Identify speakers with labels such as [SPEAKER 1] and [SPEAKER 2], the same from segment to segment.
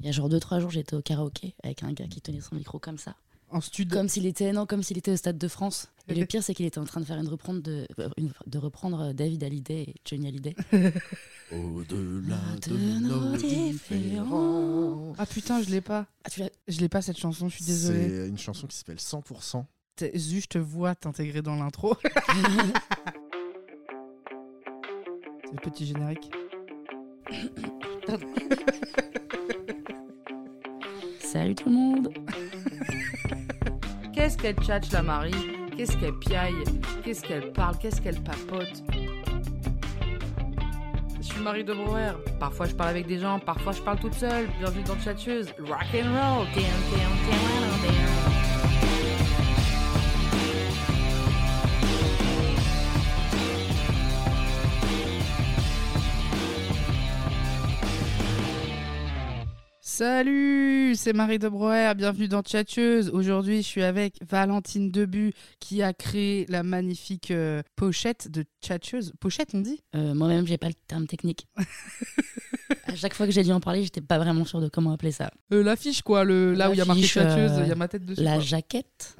[SPEAKER 1] Il y a genre 2-3 jours, j'étais au karaoké avec un gars qui tenait son micro comme ça.
[SPEAKER 2] En studio.
[SPEAKER 1] Comme s'il était, non, comme s'il était au Stade de France. Et le pire, c'est qu'il était en train de faire une reprendre de, euh, une- de reprendre David Hallyday et Johnny Hallyday. Oh,
[SPEAKER 3] Au-delà
[SPEAKER 1] De nos différends.
[SPEAKER 2] Ah putain, je l'ai pas.
[SPEAKER 1] Ah, tu l'as.
[SPEAKER 2] Je l'ai pas cette chanson, je suis désolée.
[SPEAKER 3] C'est une chanson qui s'appelle 100%.
[SPEAKER 2] T'es- Zu, je te vois t'intégrer dans l'intro. C'est le petit générique.
[SPEAKER 1] Salut tout le monde
[SPEAKER 4] Qu'est-ce qu'elle tchatche la Marie Qu'est-ce qu'elle piaille Qu'est-ce qu'elle parle Qu'est-ce qu'elle papote Je suis Marie de Brouwer. Parfois je parle avec des gens, parfois je parle toute seule. Bienvenue dans Tchatcheuse. Rock and roll. Tiens, tiens, tiens, voilà, tiens.
[SPEAKER 2] Salut, c'est Marie de Broer, bienvenue dans Tchatcheuse. Aujourd'hui, je suis avec Valentine Debu qui a créé la magnifique euh, pochette de Tchatcheuse. Pochette, on dit
[SPEAKER 1] Euh, Moi-même, j'ai pas le terme technique. à chaque fois que j'ai dû en parler, j'étais pas vraiment sûre de comment appeler ça.
[SPEAKER 2] Euh, L'affiche, quoi, le, là où il y a marqué
[SPEAKER 1] L'affiche,
[SPEAKER 2] Tchatcheuse, il
[SPEAKER 1] euh,
[SPEAKER 2] y a ma tête dessus.
[SPEAKER 1] La
[SPEAKER 2] quoi.
[SPEAKER 1] jaquette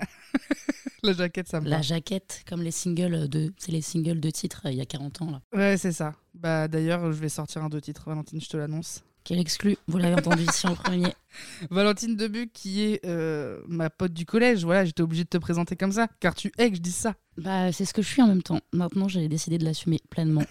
[SPEAKER 2] La jaquette, ça me
[SPEAKER 1] La jaquette, comme les singles de. C'est les singles de titres euh, il y a 40 ans, là.
[SPEAKER 2] parle. Ouais, c'est ça. Bah D'ailleurs, je vais sortir un deux titres, Valentine, je te l'annonce.
[SPEAKER 1] Quel exclu Vous l'avez entendu ici en premier.
[SPEAKER 2] Valentine Debu, qui est euh, ma pote du collège. Voilà, j'étais obligée de te présenter comme ça, car tu es que je dis ça.
[SPEAKER 1] Bah, c'est ce que je suis en même temps. Maintenant, j'ai décidé de l'assumer pleinement.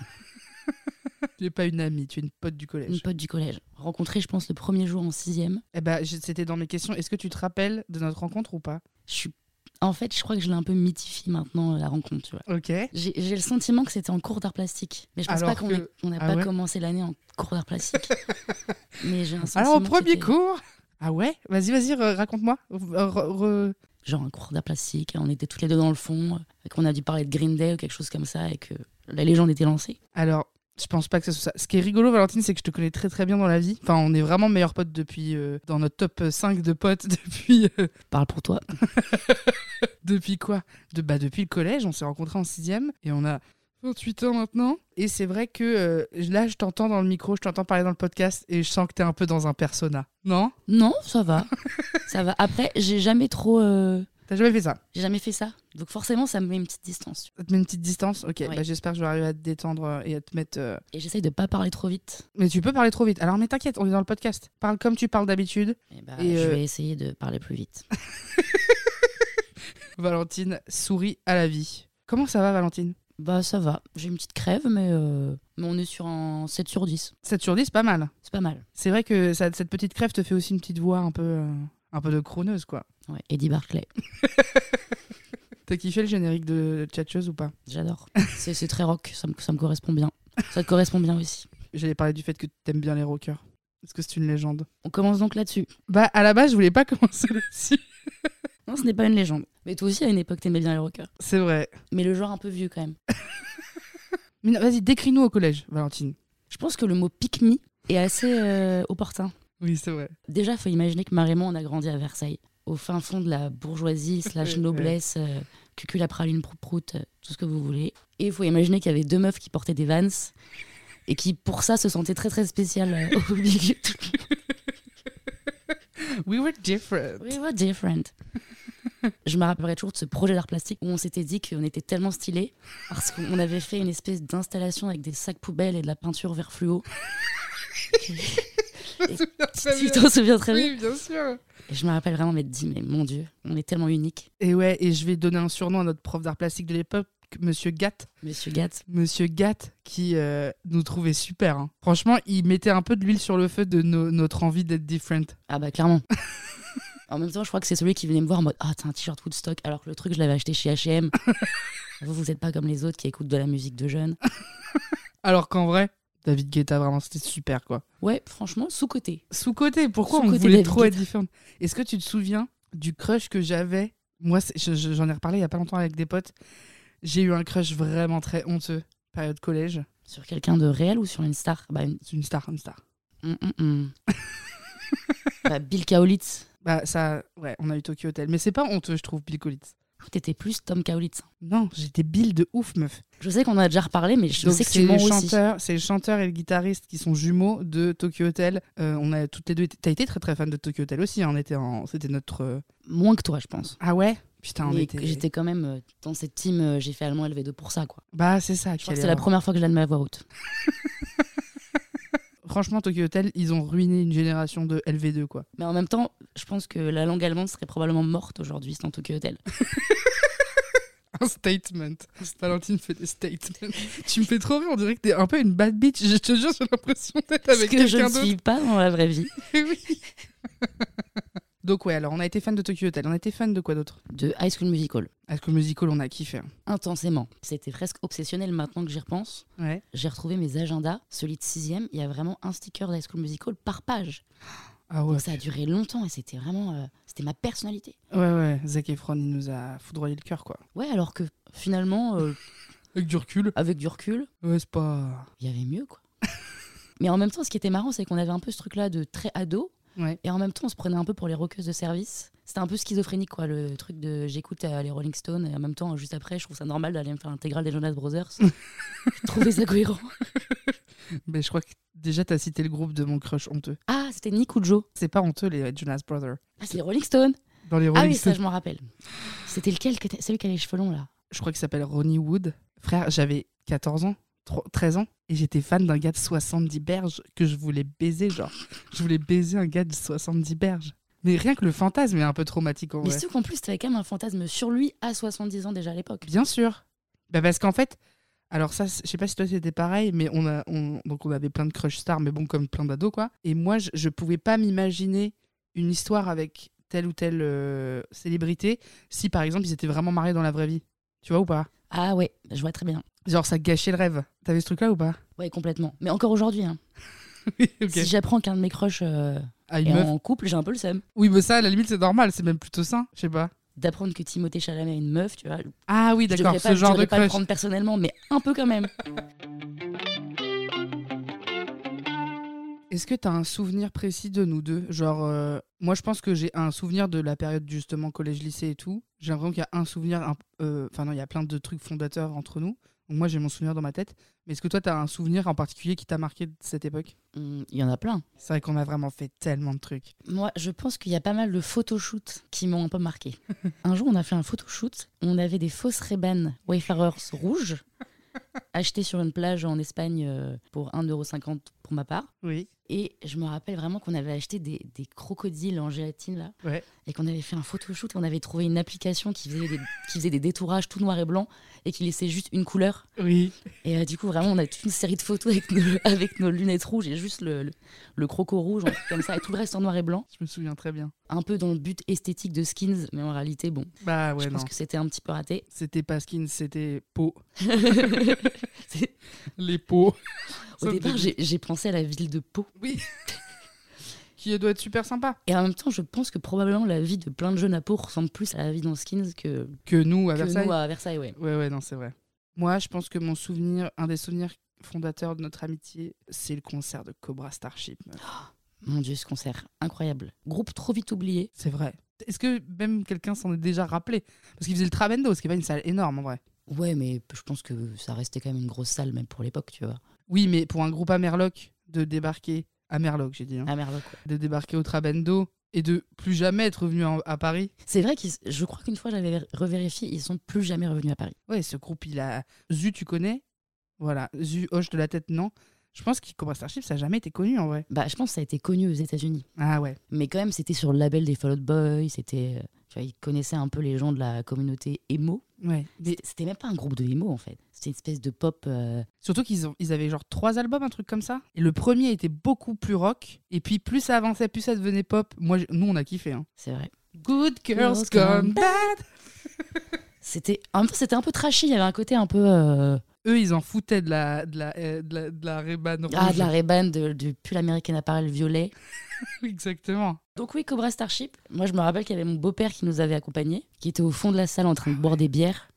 [SPEAKER 2] Tu n'es pas une amie, tu es une pote du collège.
[SPEAKER 1] Une pote du collège. Rencontrée, je pense, le premier jour en sixième.
[SPEAKER 2] Eh ben, j- c'était dans mes questions. Est-ce que tu te rappelles de notre rencontre ou pas
[SPEAKER 1] Je suis... En fait, je crois que je l'ai un peu mythifié maintenant, euh, la rencontre, tu vois.
[SPEAKER 2] Ok.
[SPEAKER 1] J'ai j'ai le sentiment que c'était en cours d'art plastique. Mais je pense
[SPEAKER 2] Alors
[SPEAKER 1] pas qu'on
[SPEAKER 2] que-
[SPEAKER 1] est- on n'a
[SPEAKER 2] Ah
[SPEAKER 1] pas
[SPEAKER 2] ouais
[SPEAKER 1] commencé l'année en cours d'art plastique. Mais j'ai un sentiment
[SPEAKER 2] Alors, au
[SPEAKER 1] que
[SPEAKER 2] premier
[SPEAKER 1] c'était
[SPEAKER 2] cours Ah ouais Vas-y, vas-y, re- raconte-moi. Re- re- re-
[SPEAKER 1] Genre un cours d'art plastique, on était toutes les deux dans le fond, euh, qu'on a dû parler de Green Day ou quelque chose comme ça, et que la légende était lancée.
[SPEAKER 2] Alors, je pense pas que ce soit ça. Ce qui est rigolo, Valentine, c'est que je te connais très très bien dans la vie. Enfin, on est vraiment meilleurs potes depuis. euh, dans notre top 5 de potes depuis. euh,
[SPEAKER 1] Parle pour toi.
[SPEAKER 2] Depuis quoi de, bah, Depuis le collège, on s'est rencontrés en sixième et on a 28 ans maintenant. Et c'est vrai que euh, là, je t'entends dans le micro, je t'entends parler dans le podcast et je sens que t'es un peu dans un persona. Non
[SPEAKER 1] Non, ça va. ça va. Après, j'ai jamais trop. euh,
[SPEAKER 2] T'as jamais fait ça
[SPEAKER 1] J'ai jamais fait ça. Donc forcément, ça me met une petite distance.
[SPEAKER 2] Ça te met une petite distance Ok,
[SPEAKER 1] Ouais.
[SPEAKER 2] bah, j'espère que je vais arriver à te détendre euh, et à te mettre... euh,
[SPEAKER 1] Et j'essaye de pas parler trop vite.
[SPEAKER 2] Mais tu peux parler trop vite. Alors mais t'inquiète, on est dans le podcast. Parle comme tu parles d'habitude.
[SPEAKER 1] Et bah,
[SPEAKER 2] Et,
[SPEAKER 1] je
[SPEAKER 2] euh,
[SPEAKER 1] vais essayer de parler plus vite.
[SPEAKER 2] Valentine, souris à la vie. Comment ça va Valentine
[SPEAKER 1] Bah ça va, j'ai une petite crève, mais, euh, mais on est sur un 7 sur 10.
[SPEAKER 2] 7 sur 10, pas mal.
[SPEAKER 1] C'est pas mal.
[SPEAKER 2] C'est vrai que ça- cette petite crève te fait aussi une petite voix un peu, euh, un peu de crooneuse, quoi.
[SPEAKER 1] Ouais, Eddie Barclay,
[SPEAKER 2] T'as kiffé le générique de Tchatcheuse ou pas
[SPEAKER 1] j'adore. C'est c'est très rock, ça me, ça me correspond bien. Ça te correspond bien aussi.
[SPEAKER 2] J'allais parler du fait que t'aimes bien les rockers. Est-ce que c'est une légende
[SPEAKER 1] On commence donc là-dessus.
[SPEAKER 2] Bah, à la base, je voulais pas commencer là-dessus.
[SPEAKER 1] Non, ce n'est pas une légende. Mais toi aussi, à une époque, t'aimais bien les rockers.
[SPEAKER 2] C'est vrai.
[SPEAKER 1] Mais le genre un peu vieux quand même.
[SPEAKER 2] Mais non, vas-y, décris-nous au collège, Valentine.
[SPEAKER 1] Je pense que le mot pique-me est assez euh, opportun.
[SPEAKER 2] Oui, c'est vrai.
[SPEAKER 1] Déjà, faut imaginer que Marémont, on a grandi à Versailles, au fin fond de la bourgeoisie slash
[SPEAKER 2] Ouais,
[SPEAKER 1] noblesse, euh, cucul à praline, prout prout, euh, tout ce que vous voulez. Et il faut imaginer qu'il y avait deux meufs qui portaient des vans et qui, pour ça, se sentaient très très spéciales euh, au milieu. de tout le monde.
[SPEAKER 2] We were different.
[SPEAKER 1] We were different. Je me rappellerai toujours de ce projet d'art plastique où on s'était dit qu'on était tellement stylés parce qu'on avait fait une espèce d'installation avec des sacs poubelles et de la peinture vert fluo. tu t'en souviens très bien.
[SPEAKER 2] Oui, bien sûr.
[SPEAKER 1] Et je me rappelle vraiment m'être dit, mais mon Dieu, on est tellement unique.
[SPEAKER 2] Et ouais, et je vais donner un surnom à notre prof d'art plastique de l'époque, Monsieur Gatt.
[SPEAKER 1] Monsieur Gatt,
[SPEAKER 2] Monsieur Gatt, qui euh, nous trouvait super. hein. Franchement, il mettait un peu de l'huile sur le feu de no- notre envie d'être different.
[SPEAKER 1] Ah bah clairement. en même temps, je crois que c'est celui qui venait me voir en mode Ah, t'as un t-shirt Woodstock alors que le truc, je l'avais acheté chez HM. vous, vous êtes pas comme les autres qui écoutent de la musique de jeunes.
[SPEAKER 2] Alors qu'en vrai, David Guetta, vraiment, c'était super, quoi.
[SPEAKER 1] Ouais, franchement, sous-côté.
[SPEAKER 2] Sous-côté, pourquoi on
[SPEAKER 1] Sous-côté
[SPEAKER 2] voulait
[SPEAKER 1] David
[SPEAKER 2] trop être
[SPEAKER 1] Guetta.
[SPEAKER 2] différent Est-ce que tu te souviens du crush que j'avais Moi, c'est- je- je- j'en ai reparlé il y a pas longtemps avec des potes. J'ai eu un crush vraiment très honteux, période collège.
[SPEAKER 1] Sur quelqu'un de réel ou sur une star bah, une-
[SPEAKER 2] C'est une star, une star.
[SPEAKER 1] hum, hum, hum. Bah, Bill Kaolitz.
[SPEAKER 2] Bah, ça, ouais, on a eu Tokyo Hotel. Mais c'est pas honteux, je trouve, Bill Collins.
[SPEAKER 1] T'étais plus Tom Kaolitz.
[SPEAKER 2] Non, j'étais Bill de ouf, meuf.
[SPEAKER 1] Je sais qu'on a déjà reparlé, mais je
[SPEAKER 2] Donc,
[SPEAKER 1] sais que
[SPEAKER 2] c'est
[SPEAKER 1] tu
[SPEAKER 2] les
[SPEAKER 1] mens aussi.
[SPEAKER 2] chanteurs, c'est le chanteur et le guitariste qui sont jumeaux de Tokyo Hotel. Euh, on a toutes les deux. été- T'as été très très fan de Tokyo Hotel aussi. hein, on était en, c'était notre. euh,
[SPEAKER 1] Moins que toi, je pense.
[SPEAKER 2] Ah ouais. Putain, on
[SPEAKER 1] Mais
[SPEAKER 2] était.
[SPEAKER 1] J'étais quand même euh, dans cette team, euh, j'ai fait allemand LV2 pour ça, quoi.
[SPEAKER 2] Bah c'est ça.
[SPEAKER 1] Je crois que
[SPEAKER 2] quelle
[SPEAKER 1] c'est la
[SPEAKER 2] erreur.
[SPEAKER 1] première fois que je l'admets à voix haute.
[SPEAKER 2] Franchement, Tokyo Hotel, ils ont ruiné une génération de LV2 quoi.
[SPEAKER 1] Mais en même temps, je pense que la langue allemande serait probablement morte aujourd'hui sans Tokyo Hotel.
[SPEAKER 2] Ah, Un statement. Valentine fait des statements. tu me fais trop rire. On dirait que t'es un peu une bad bitch. Je te jure, j'ai l'impression d'être
[SPEAKER 1] Parce
[SPEAKER 2] avec
[SPEAKER 1] que je
[SPEAKER 2] quelqu'un
[SPEAKER 1] ne
[SPEAKER 2] d'autre.
[SPEAKER 1] suis pas dans la vraie vie.
[SPEAKER 2] Oui. Donc ouais, alors on a été fan de Tokyo Hotel. On a été fan de quoi d'autre
[SPEAKER 1] De High School Musical.
[SPEAKER 2] Parce que Musical, on a kiffé. hein.
[SPEAKER 1] Intensément. C'était presque obsessionnel maintenant que j'y repense.
[SPEAKER 2] Ouais.
[SPEAKER 1] J'ai retrouvé mes agendas. Celui de 6 il y a vraiment un sticker d'High School Musical par page.
[SPEAKER 2] Ah
[SPEAKER 1] Donc
[SPEAKER 2] ouais.
[SPEAKER 1] ça a duré longtemps et c'était vraiment. euh, c'était ma personnalité.
[SPEAKER 2] Ouais, ouais, Zac Efron, il nous a foudroyé le cœur, quoi.
[SPEAKER 1] Ouais, alors que finalement, euh,
[SPEAKER 2] Avec du recul.
[SPEAKER 1] avec du recul,
[SPEAKER 2] Ouais, c'est pas.
[SPEAKER 1] il y avait mieux, quoi. Mais en même temps, ce qui était marrant, c'est qu'on avait un peu ce truc-là de très ado,
[SPEAKER 2] Ouais.
[SPEAKER 1] et en même temps, on se prenait un peu pour les roqueuses de service. C'était un peu schizophrénique, quoi, le truc de j'écoute euh, les Rolling Stones, et en même temps, juste après, je trouve ça normal d'aller me faire l'intégrale des Jonas Brothers. je trouvais ça cohérent.
[SPEAKER 2] Mais je crois que déjà, t'as cité le groupe de mon crush honteux.
[SPEAKER 1] Ah, c'était Nick ou Joe
[SPEAKER 2] C'est pas honteux, les Jonas Brothers.
[SPEAKER 1] Ah, c'est les Rolling Stones
[SPEAKER 2] Dans les
[SPEAKER 1] Ah
[SPEAKER 2] Rolling
[SPEAKER 1] oui, ça,
[SPEAKER 2] Stones,
[SPEAKER 1] je m'en rappelle. C'était lequel que t'as- Celui qui a les cheveux longs, là.
[SPEAKER 2] je crois qu'il s'appelle Ronnie Wood. Frère, j'avais 14 ans, tro- 13 ans, et j'étais fan d'un gars de 70 berges que je voulais baiser, genre. Je voulais baiser un gars de 70 berges. Mais rien que le fantasme est un peu traumatique, en
[SPEAKER 1] Mais
[SPEAKER 2] vrai.
[SPEAKER 1] surtout qu'en plus, t'avais quand même un fantasme sur lui à 70 ans déjà à l'époque.
[SPEAKER 2] Bien sûr. Bah parce qu'en fait, alors ça, c'est- je sais pas si toi c'était pareil, mais on a, on, donc on avait plein de crush stars, mais bon, comme plein d'ados quoi. Et moi, je, je pouvais pas m'imaginer une histoire avec telle ou telle euh, célébrité si par exemple ils étaient vraiment mariés dans la vraie vie. Tu vois ou pas
[SPEAKER 1] Ah ouais, je vois très bien.
[SPEAKER 2] Genre ça gâchait le rêve. T'avais ce truc là ou pas
[SPEAKER 1] Ouais, complètement. Mais encore aujourd'hui, hein.
[SPEAKER 2] Oui, ok.
[SPEAKER 1] si j'apprends qu'un de mes crushs euh,
[SPEAKER 2] Ah, une
[SPEAKER 1] est
[SPEAKER 2] meuf.
[SPEAKER 1] en couple, j'ai un peu le seum.
[SPEAKER 2] Oui, mais ça, à la limite, c'est normal, c'est même plutôt sain, je sais pas.
[SPEAKER 1] d'apprendre que Timothée Chalamet est une meuf, tu vois.
[SPEAKER 2] Ah oui,
[SPEAKER 1] Je
[SPEAKER 2] d'accord,
[SPEAKER 1] devrais
[SPEAKER 2] ce
[SPEAKER 1] pas, je
[SPEAKER 2] genre de
[SPEAKER 1] devrais pas le
[SPEAKER 2] crush.
[SPEAKER 1] prendre personnellement, mais un peu quand même.
[SPEAKER 2] Est-ce que tu as un souvenir précis de nous deux Genre, euh, moi je pense que j'ai un souvenir de la période justement collège-lycée et tout. J'ai l'impression qu'il y a un souvenir, un- euh, enfin non, il y a plein de trucs fondateurs entre nous. Donc moi j'ai mon souvenir dans ma tête. Mais est-ce que toi tu as un souvenir en particulier qui t'a marqué de cette époque
[SPEAKER 1] Hum, Il y en a plein.
[SPEAKER 2] C'est vrai qu'on a vraiment fait tellement de trucs.
[SPEAKER 1] Moi, je pense qu'il y a pas mal de photoshoots qui m'ont un peu marqué. un jour, on a fait un photoshoot. On avait des fausses Ray-Ban Wayfarers rouges achetées sur une plage en Espagne euh, pour 1,50€ pour ma part.
[SPEAKER 2] Oui.
[SPEAKER 1] Et je me rappelle vraiment qu'on avait acheté des, des crocodiles en gélatine là,
[SPEAKER 2] Ouais.
[SPEAKER 1] et qu'on avait fait un photoshoot. On avait trouvé une application qui faisait des, qui faisait des détourages tout noir et blanc et qui laissait juste une couleur.
[SPEAKER 2] Oui.
[SPEAKER 1] Et euh, du coup, vraiment, on a toute une série de photos avec nos, avec nos lunettes rouges et juste le, le, le croco rouge, un truc comme ça, et tout le reste en noir et blanc.
[SPEAKER 2] Je me souviens très bien.
[SPEAKER 1] Un peu dans le but esthétique de Skins, mais en réalité, bon,
[SPEAKER 2] Bah ouais,
[SPEAKER 1] je
[SPEAKER 2] non.
[SPEAKER 1] pense que c'était un petit peu raté.
[SPEAKER 2] C'était pas skin, c'était peau.
[SPEAKER 1] C'est-
[SPEAKER 2] Les peaux.
[SPEAKER 1] Au départ, j'ai j'ai pensé à la ville de Pau.
[SPEAKER 2] Oui. qui doit être super sympa.
[SPEAKER 1] Et en même temps, je pense que probablement la vie de plein de jeunes à Pau ressemble plus à la vie dans Skins que,
[SPEAKER 2] Que nous à
[SPEAKER 1] que
[SPEAKER 2] Versailles.
[SPEAKER 1] nous à Versailles, ouais.
[SPEAKER 2] Ouais, ouais, non, c'est vrai. Moi, je pense que mon souvenir, un des souvenirs fondateurs de notre amitié, c'est le concert de Cobra Starship. meuf.
[SPEAKER 1] Mon Dieu, ce concert, incroyable. Groupe trop vite oublié.
[SPEAKER 2] C'est vrai. Est-ce que même quelqu'un s'en est déjà rappelé Parce qu'il faisait le Trabendo, ce qui est pas une salle énorme en vrai.
[SPEAKER 1] Ouais, mais je pense que ça restait quand même une grosse salle, même pour l'époque, tu vois.
[SPEAKER 2] Oui, mais pour un groupe à Merloc, de débarquer à Merloc, j'ai dit, hein,
[SPEAKER 1] À Merloc, Ah, quoi.
[SPEAKER 2] de débarquer au Trabendo et de plus jamais être revenu en- à Paris.
[SPEAKER 1] C'est vrai qu'ils, je crois qu'une fois j'avais revérifié, ils sont plus jamais revenus à Paris.
[SPEAKER 2] Ouais, ce groupe, il a. Zu, tu connais Voilà. Zu, Hoche de la tête, non. Je pense que Cobra Starship, ça a jamais été connu en vrai.
[SPEAKER 1] Bah, je pense que ça a été connu aux États-Unis,
[SPEAKER 2] Ah ouais.
[SPEAKER 1] mais quand même c'était sur le label des Fall Out Boys, c'était, euh, tu vois, ils connaissaient un peu les gens de la communauté emo.
[SPEAKER 2] Ouais. Mais
[SPEAKER 1] C'était- C'était même pas un groupe de emo en fait, c'était une espèce de pop. euh,
[SPEAKER 2] Surtout qu'ils ont- ils avaient genre trois albums, un truc comme ça. Et le premier était beaucoup plus rock. Et puis plus ça avançait, plus ça devenait pop. Moi, je- nous, on a kiffé. hein.
[SPEAKER 1] c'est vrai.
[SPEAKER 2] Good girls
[SPEAKER 1] Girls
[SPEAKER 2] gone
[SPEAKER 1] gone
[SPEAKER 2] bad.
[SPEAKER 1] C'était, en même temps c'était un peu trashy, il y avait un côté un peu euh,
[SPEAKER 2] Eux, ils en foutaient de la, de la, euh, de la, de la Ray-Ban rouge.
[SPEAKER 1] Ah, de la Reban, du pull américain Apparel violet.
[SPEAKER 2] Exactement.
[SPEAKER 1] Donc oui, Cobra Starship. Moi, je me rappelle qu'il y avait mon beau-père qui nous avait accompagnés, qui était au fond de la salle en train de boire des bières.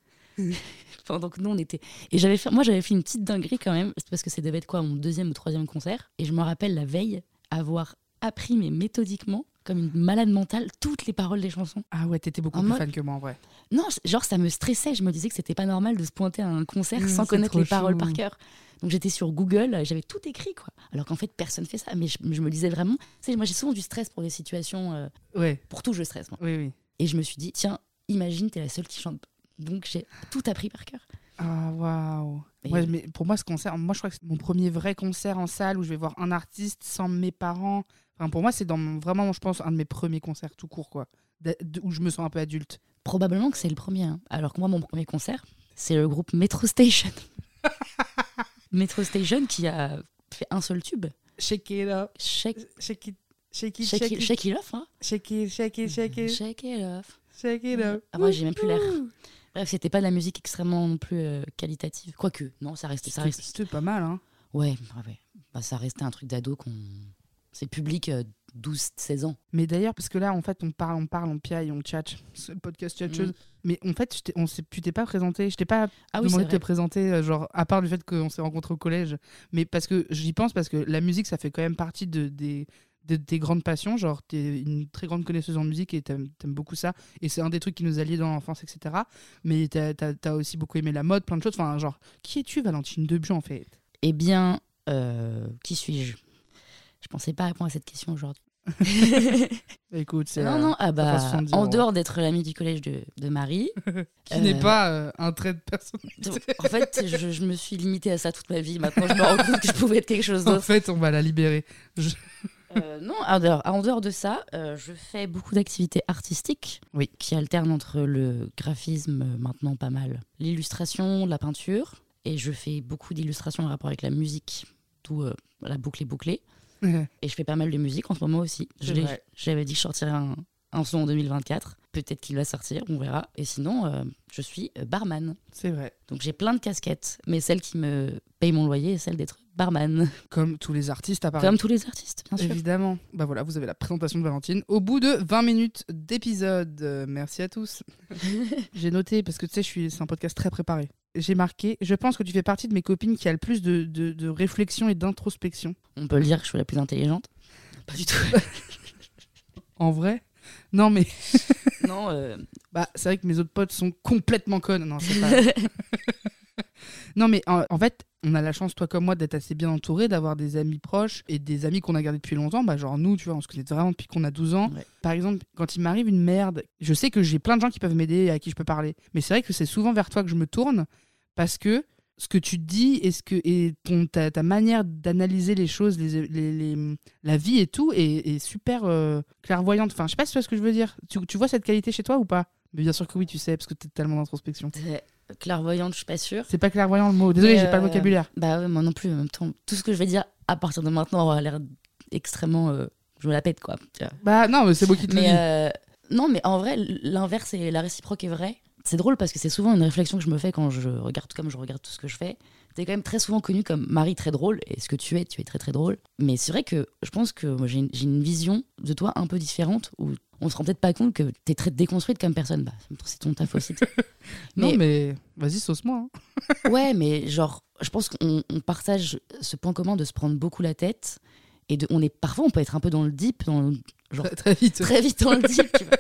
[SPEAKER 1] Pendant que nous, on était... Et j'avais fait... moi, j'avais fait une petite dinguerie quand même, parce que ça devait être quoi, mon deuxième ou troisième concert. Et je me rappelle la veille avoir appris, mais méthodiquement, comme une malade mentale, toutes les paroles des chansons.
[SPEAKER 2] Ah ouais, t'étais beaucoup
[SPEAKER 1] En
[SPEAKER 2] plus
[SPEAKER 1] mode-
[SPEAKER 2] fan que moi en vrai.
[SPEAKER 1] Non, c- genre ça me stressait. Je me disais que c'était pas normal de se pointer à un concert
[SPEAKER 2] Mmh,
[SPEAKER 1] sans
[SPEAKER 2] c'est
[SPEAKER 1] connaître
[SPEAKER 2] trop
[SPEAKER 1] les paroles par
[SPEAKER 2] chaud.
[SPEAKER 1] cœur. Donc j'étais sur Google, euh, j'avais tout écrit quoi. Alors qu'en fait personne fait ça. Mais je, je me disais vraiment, tu sais, moi j'ai souvent du stress pour des situations, euh,
[SPEAKER 2] Ouais,
[SPEAKER 1] pour tout je stresse moi.
[SPEAKER 2] oui, oui.
[SPEAKER 1] Et je me suis dit tiens, imagine t'es la seule qui chante. Donc j'ai tout appris par cœur.
[SPEAKER 2] Ah waouh.
[SPEAKER 1] Et-
[SPEAKER 2] Ouais, mais pour moi, ce concert, moi je crois que c'est mon premier vrai concert en salle où je vais voir un artiste sans mes parents. Enfin, pour moi, c'est dans mon- vraiment, je pense, un de mes premiers concerts tout court, quoi. D'a- d- Où je me sens un peu adulte.
[SPEAKER 1] Probablement que c'est le premier. hein. Alors que moi mon premier concert, c'est le groupe Metro Station. Metro Station qui a fait un seul tube.
[SPEAKER 2] Shake it up,
[SPEAKER 1] Shake,
[SPEAKER 2] shake it, shake it,
[SPEAKER 1] shake,
[SPEAKER 2] shake
[SPEAKER 1] it-
[SPEAKER 2] it,
[SPEAKER 1] shake it off. Hein.
[SPEAKER 2] shake it, shake it, shake it,
[SPEAKER 1] Shake it off.
[SPEAKER 2] shake it up.
[SPEAKER 1] Ah, moi, j'ai même plus l'air. Bref, c'était pas de la musique extrêmement non plus euh, qualitative. Quoique, non, ça restait. Ça
[SPEAKER 2] C'était
[SPEAKER 1] restait
[SPEAKER 2] c'était pas mal, hein.
[SPEAKER 1] ouais, ouais, ouais. Bah, ça restait un truc d'ado qu'on. C'est public euh, 12-16 ans.
[SPEAKER 2] Mais d'ailleurs, parce que là, en fait, on parle, on parle, on piaille, on tchatche. C'est le podcast tchatcheuse.
[SPEAKER 1] Mm.
[SPEAKER 2] Mais en fait, je t'ai- on s'est- tu t'es pas présenté. Je t'ai pas
[SPEAKER 1] Ah oui,
[SPEAKER 2] demandé
[SPEAKER 1] c'est
[SPEAKER 2] de te
[SPEAKER 1] vrai.
[SPEAKER 2] présenter, euh, genre, à part le fait qu'on s'est rencontrés au collège. Mais parce que j'y pense, parce que la musique, ça fait quand même partie de, des, de tes grandes passions. Genre, t'es une très grande connaisseuse en musique et t'aimes t'aimes beaucoup ça. Et c'est un des trucs qui nous allie dans l'enfance, etc. Mais t'as as, aussi beaucoup aimé la mode, plein de choses. Enfin, genre, qui es-tu, Valentine Debu, en fait
[SPEAKER 1] Eh bien, euh, qui suis-je Je pensais pas répondre à cette question aujourd'hui.
[SPEAKER 2] Écoute, c'est.
[SPEAKER 1] Non,
[SPEAKER 2] euh,
[SPEAKER 1] non, ah bah,
[SPEAKER 2] passe sans dire,
[SPEAKER 1] en
[SPEAKER 2] ouais.
[SPEAKER 1] dehors d'être l'ami du collège de, de Marie,
[SPEAKER 2] Qui n'est
[SPEAKER 1] euh,
[SPEAKER 2] pas euh, un trait de personnalité.
[SPEAKER 1] donc, en fait, je, je me suis limitée à ça toute ma vie. Maintenant, je me rends compte que je pouvais être quelque chose
[SPEAKER 2] En
[SPEAKER 1] d'autre.
[SPEAKER 2] fait, on va la libérer.
[SPEAKER 1] Euh, non, en dehors, en dehors de ça, euh, je fais beaucoup d'activités artistiques
[SPEAKER 2] Oui.
[SPEAKER 1] qui alternent entre le graphisme, euh, maintenant pas mal, l'illustration, la peinture. Et je fais beaucoup d'illustrations en rapport avec la musique, tout euh, la boucle est bouclée. Et je fais pas mal de musique en ce moment aussi. Je
[SPEAKER 2] C'est
[SPEAKER 1] l'ai-
[SPEAKER 2] vrai.
[SPEAKER 1] J'avais dit que je sortirais un, un son en 2024. Peut-être qu'il va sortir, on verra. Et sinon, euh, je suis euh, barman.
[SPEAKER 2] C'est vrai.
[SPEAKER 1] Donc j'ai plein de casquettes, mais celle qui me paye mon loyer est celle d'être barman.
[SPEAKER 2] Comme tous les artistes à Paris.
[SPEAKER 1] Comme tous les artistes, bien sûr.
[SPEAKER 2] Évidemment. Bah voilà, vous avez la présentation de Valentine au bout de 20 minutes d'épisode. Euh, merci à tous. J'ai noté, parce que tu sais, je suis- c'est un podcast très préparé. J'ai marqué, je pense que tu fais partie de mes copines qui a le plus de, de, de réflexion et d'introspection.
[SPEAKER 1] On peut le dire que je suis la plus intelligente. Pas du tout.
[SPEAKER 2] En vrai Non, mais
[SPEAKER 1] Non, euh,
[SPEAKER 2] bah, c'est vrai que mes autres potes sont complètement connes. Non, c'est pas vrai. Non, mais en, en fait, on a la chance, toi comme moi, d'être assez bien entouré, d'avoir des amis proches et des amis qu'on a gardés depuis longtemps. Bah, genre nous, tu vois, on se connaît vraiment depuis qu'on a 12 ans.
[SPEAKER 1] Ouais.
[SPEAKER 2] Par exemple, quand il m'arrive une merde, je sais que j'ai plein de gens qui peuvent m'aider et à qui je peux parler. Mais c'est vrai que c'est souvent vers toi que je me tourne parce que ce que tu dis et, ce que, et ton, ta, ta manière d'analyser les choses, les, les- les- la vie et tout, est, est super euh, clairvoyante. Enfin, je sais pas si tu vois ce que je veux dire. Tu, tu vois cette qualité chez toi ou pas mais bien sûr que oui, tu sais, parce que t'es tellement d'introspection.
[SPEAKER 1] euh, clairvoyante, je suis pas sûre.
[SPEAKER 2] C'est pas clairvoyant le mot. Désolé,
[SPEAKER 1] Mais,
[SPEAKER 2] j'ai pas le
[SPEAKER 1] euh,
[SPEAKER 2] vocabulaire.
[SPEAKER 1] Bah ouais, moi non plus, en même temps. Tout ce que je vais dire à partir de maintenant aura l'air extrêmement. euh, je me la pète, quoi. Tu vois.
[SPEAKER 2] Bah non, mais c'est moi qui te le
[SPEAKER 1] Mais
[SPEAKER 2] dis.
[SPEAKER 1] euh, non, mais en vrai, l'inverse et la réciproque est vraie. C'est drôle parce que c'est souvent une réflexion que je me fais quand je regarde, comme je regarde tout ce que je fais. T'es quand même très souvent connu comme Marie très drôle, et ce que tu es, tu es très très drôle. Mais c'est vrai que je pense que moi, j'ai une, j'ai une vision de toi un peu différente où on se rend peut-être pas compte que t'es très déconstruite comme personne. Bah, c'est ton taf aussi. euh,
[SPEAKER 2] Non, mais vas-y, sauce-moi. hein.
[SPEAKER 1] Ouais, mais genre, je pense qu'on on partage ce point commun de se prendre beaucoup la tête et de, on est parfois on peut être un peu dans le deep, dans le- genre
[SPEAKER 2] Très vite.
[SPEAKER 1] très vite dans le deep. tu vois.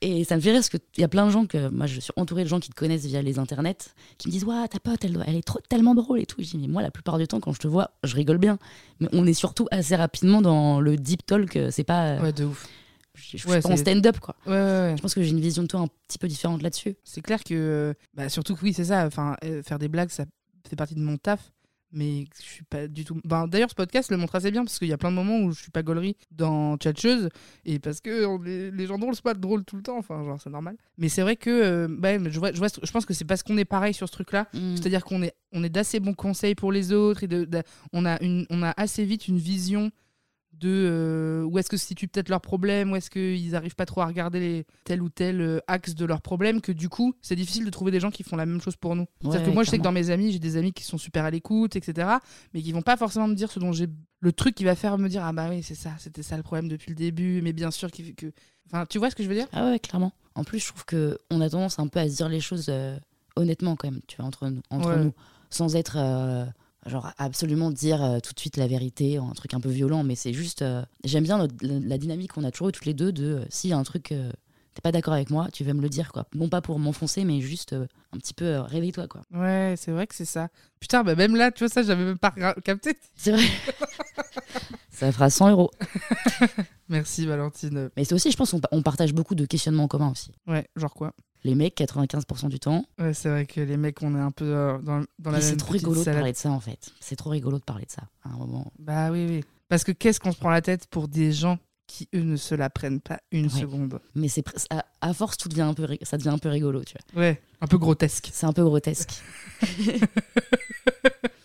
[SPEAKER 1] Et ça me fait rire parce qu'il y a plein de gens que moi je suis entourée de gens qui te connaissent via les internets qui me disent Waouh, ta pote, elle, doit- elle est trop, tellement drôle et tout. Je dis Mais moi, la plupart du temps, quand je te vois, je rigole bien. Mais on est surtout assez rapidement dans le deep talk. C'est pas. euh,
[SPEAKER 2] Ouais, de ouf.
[SPEAKER 1] je, je suis
[SPEAKER 2] ouais,
[SPEAKER 1] pas en
[SPEAKER 2] c'est-
[SPEAKER 1] stand-up quoi.
[SPEAKER 2] Ouais, ouais, ouais.
[SPEAKER 1] Je pense que j'ai une vision de toi un petit peu différente là-dessus.
[SPEAKER 2] C'est clair que. euh, Bah, surtout que oui, c'est ça. Enfin, euh, faire des blagues, ça fait partie de mon taf. Mais je suis pas du tout. Bah, D'ailleurs, ce podcast le montre assez bien parce qu'il y a plein de moments où je suis pas gaulerie dans Tchatcheuse et parce que on- les, les gens drôles, c'est pas drôle tout le temps. Enfin, genre, c'est normal. Mais c'est vrai que. euh, ouais, mais je, vois, je, vois, ce- je pense que c'est parce qu'on est pareil sur ce truc-là C'est-à-dire qu'on est, on est d'assez bons conseils pour les autres et de, de- on, a une, on a assez vite une vision de euh, où est-ce que se situent peut-être leurs problèmes, où est-ce qu'ils n'arrivent pas trop à regarder les, tel ou tel euh, axe de leurs problèmes, que du coup, c'est difficile de trouver des gens qui font la même chose pour nous. C'est-à-dire que
[SPEAKER 1] ouais,
[SPEAKER 2] moi, je sais que
[SPEAKER 1] clairement.
[SPEAKER 2] dans mes amis, j'ai des amis qui sont super à l'écoute, etc., mais qui vont pas forcément me dire ce dont j'ai le truc qui va faire me dire ah bah oui c'est ça c'était ça le problème depuis le début mais bien sûr qu'il- que enfin tu vois ce que je veux dire
[SPEAKER 1] Ah ouais, clairement. En plus, je trouve que on a tendance un peu à se dire les choses euh, honnêtement quand même, tu vois, entre nous, entre
[SPEAKER 2] Ouais.
[SPEAKER 1] nous sans être euh, genre à absolument dire euh, tout de suite la vérité, un truc un peu violent, mais c'est juste euh, j'aime bien notre- la, la dynamique qu'on a toujours eu toutes les deux de euh, s'il y a un truc euh, t'es pas d'accord avec moi, tu vas me le dire quoi. Non pas pour m'enfoncer, mais juste euh, un petit peu euh, réveille-toi quoi.
[SPEAKER 2] ouais c'est vrai que c'est ça putain bah même là tu vois ça j'avais même pas ra- capté
[SPEAKER 1] C'est vrai. Ça fera 100 euros.
[SPEAKER 2] merci Valentine
[SPEAKER 1] Mais c'est aussi, je pense, on, pa- on partage beaucoup de questionnements en commun aussi.
[SPEAKER 2] ouais genre quoi
[SPEAKER 1] Les mecs, 95% du temps,
[SPEAKER 2] Ouais, c'est vrai que les mecs, on est un peu euh, dans, dans la
[SPEAKER 1] Mais c'est
[SPEAKER 2] même
[SPEAKER 1] trop
[SPEAKER 2] petite
[SPEAKER 1] rigolo de
[SPEAKER 2] salade.
[SPEAKER 1] parler de ça en fait. C'est trop rigolo de parler de ça. À un moment,
[SPEAKER 2] Bah oui, oui. Parce que qu'est-ce qu'on se prend la tête pour des gens qui, eux, ne se la prennent pas une
[SPEAKER 1] Ouais.
[SPEAKER 2] seconde
[SPEAKER 1] mais c'est pres- à, à force tout devient un peu ri- ça devient un peu rigolo, tu vois.
[SPEAKER 2] Ouais, un peu grotesque.
[SPEAKER 1] C'est un peu grotesque.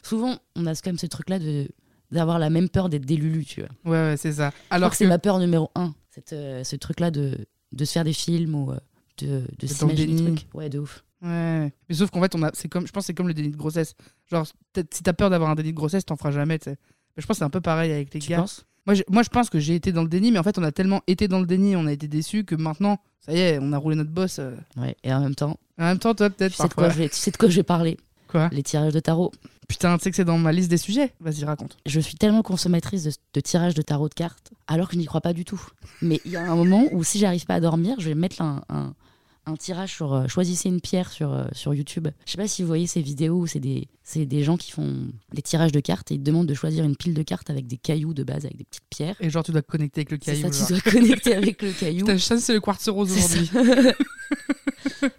[SPEAKER 1] Souvent, on a quand même ce truc là de d'avoir la même peur d'être délulu, tu vois. Je
[SPEAKER 2] Ouais, ouais, c'est ça.
[SPEAKER 1] crois
[SPEAKER 2] Alors
[SPEAKER 1] que
[SPEAKER 2] que,
[SPEAKER 1] c'est ma peur numéro un, cette, euh, ce truc là de de se faire des films ou euh, de de
[SPEAKER 2] D'être
[SPEAKER 1] s'imaginer
[SPEAKER 2] dans le
[SPEAKER 1] des
[SPEAKER 2] déni.
[SPEAKER 1] trucs. Ouais, de ouf.
[SPEAKER 2] Ouais. Mais sauf qu'en fait, on a, c'est comme, je pense que c'est comme le déni de grossesse. Genre, peut-être, si t'as peur d'avoir un déni de grossesse, t'en feras jamais, tu sais. Mais Je pense que c'est un peu pareil avec les
[SPEAKER 1] Tu
[SPEAKER 2] gars.
[SPEAKER 1] penses
[SPEAKER 2] Moi, je- moi, je pense que j'ai été dans le déni, mais en fait, on a tellement été dans le déni, on a été déçus que maintenant, ça y est, on a roulé notre boss. euh.
[SPEAKER 1] Ouais. Et en même temps,
[SPEAKER 2] En même temps, toi, peut-être
[SPEAKER 1] tu sais de quoi
[SPEAKER 2] parfois.
[SPEAKER 1] je vais, tu sais de quoi je vais parler.
[SPEAKER 2] Quoi
[SPEAKER 1] Les tirages de tarot.
[SPEAKER 2] Putain, tu sais que c'est dans ma liste des sujets. Vas-y, raconte.
[SPEAKER 1] je suis tellement consommatrice de, de tirages de tarot de cartes, alors que je n'y crois pas du tout. Mais il y a un moment où si j'arrive pas à dormir, je vais mettre un, un- un tirage sur euh, Choisissez une pierre sur, euh, sur YouTube. Je sais pas si vous voyez ces vidéos où c'est des, c'est des gens qui font des tirages de cartes et ils te demandent de choisir une pile de cartes avec des cailloux de base, avec des petites pierres.
[SPEAKER 2] Et genre, tu dois te connecter avec le
[SPEAKER 1] C'est ça,
[SPEAKER 2] caillou.
[SPEAKER 1] tu
[SPEAKER 2] genre.
[SPEAKER 1] dois connecter avec le caillou.
[SPEAKER 2] Putain, ça, c'est le quartz rose
[SPEAKER 1] C'est ça.
[SPEAKER 2] aujourd'hui.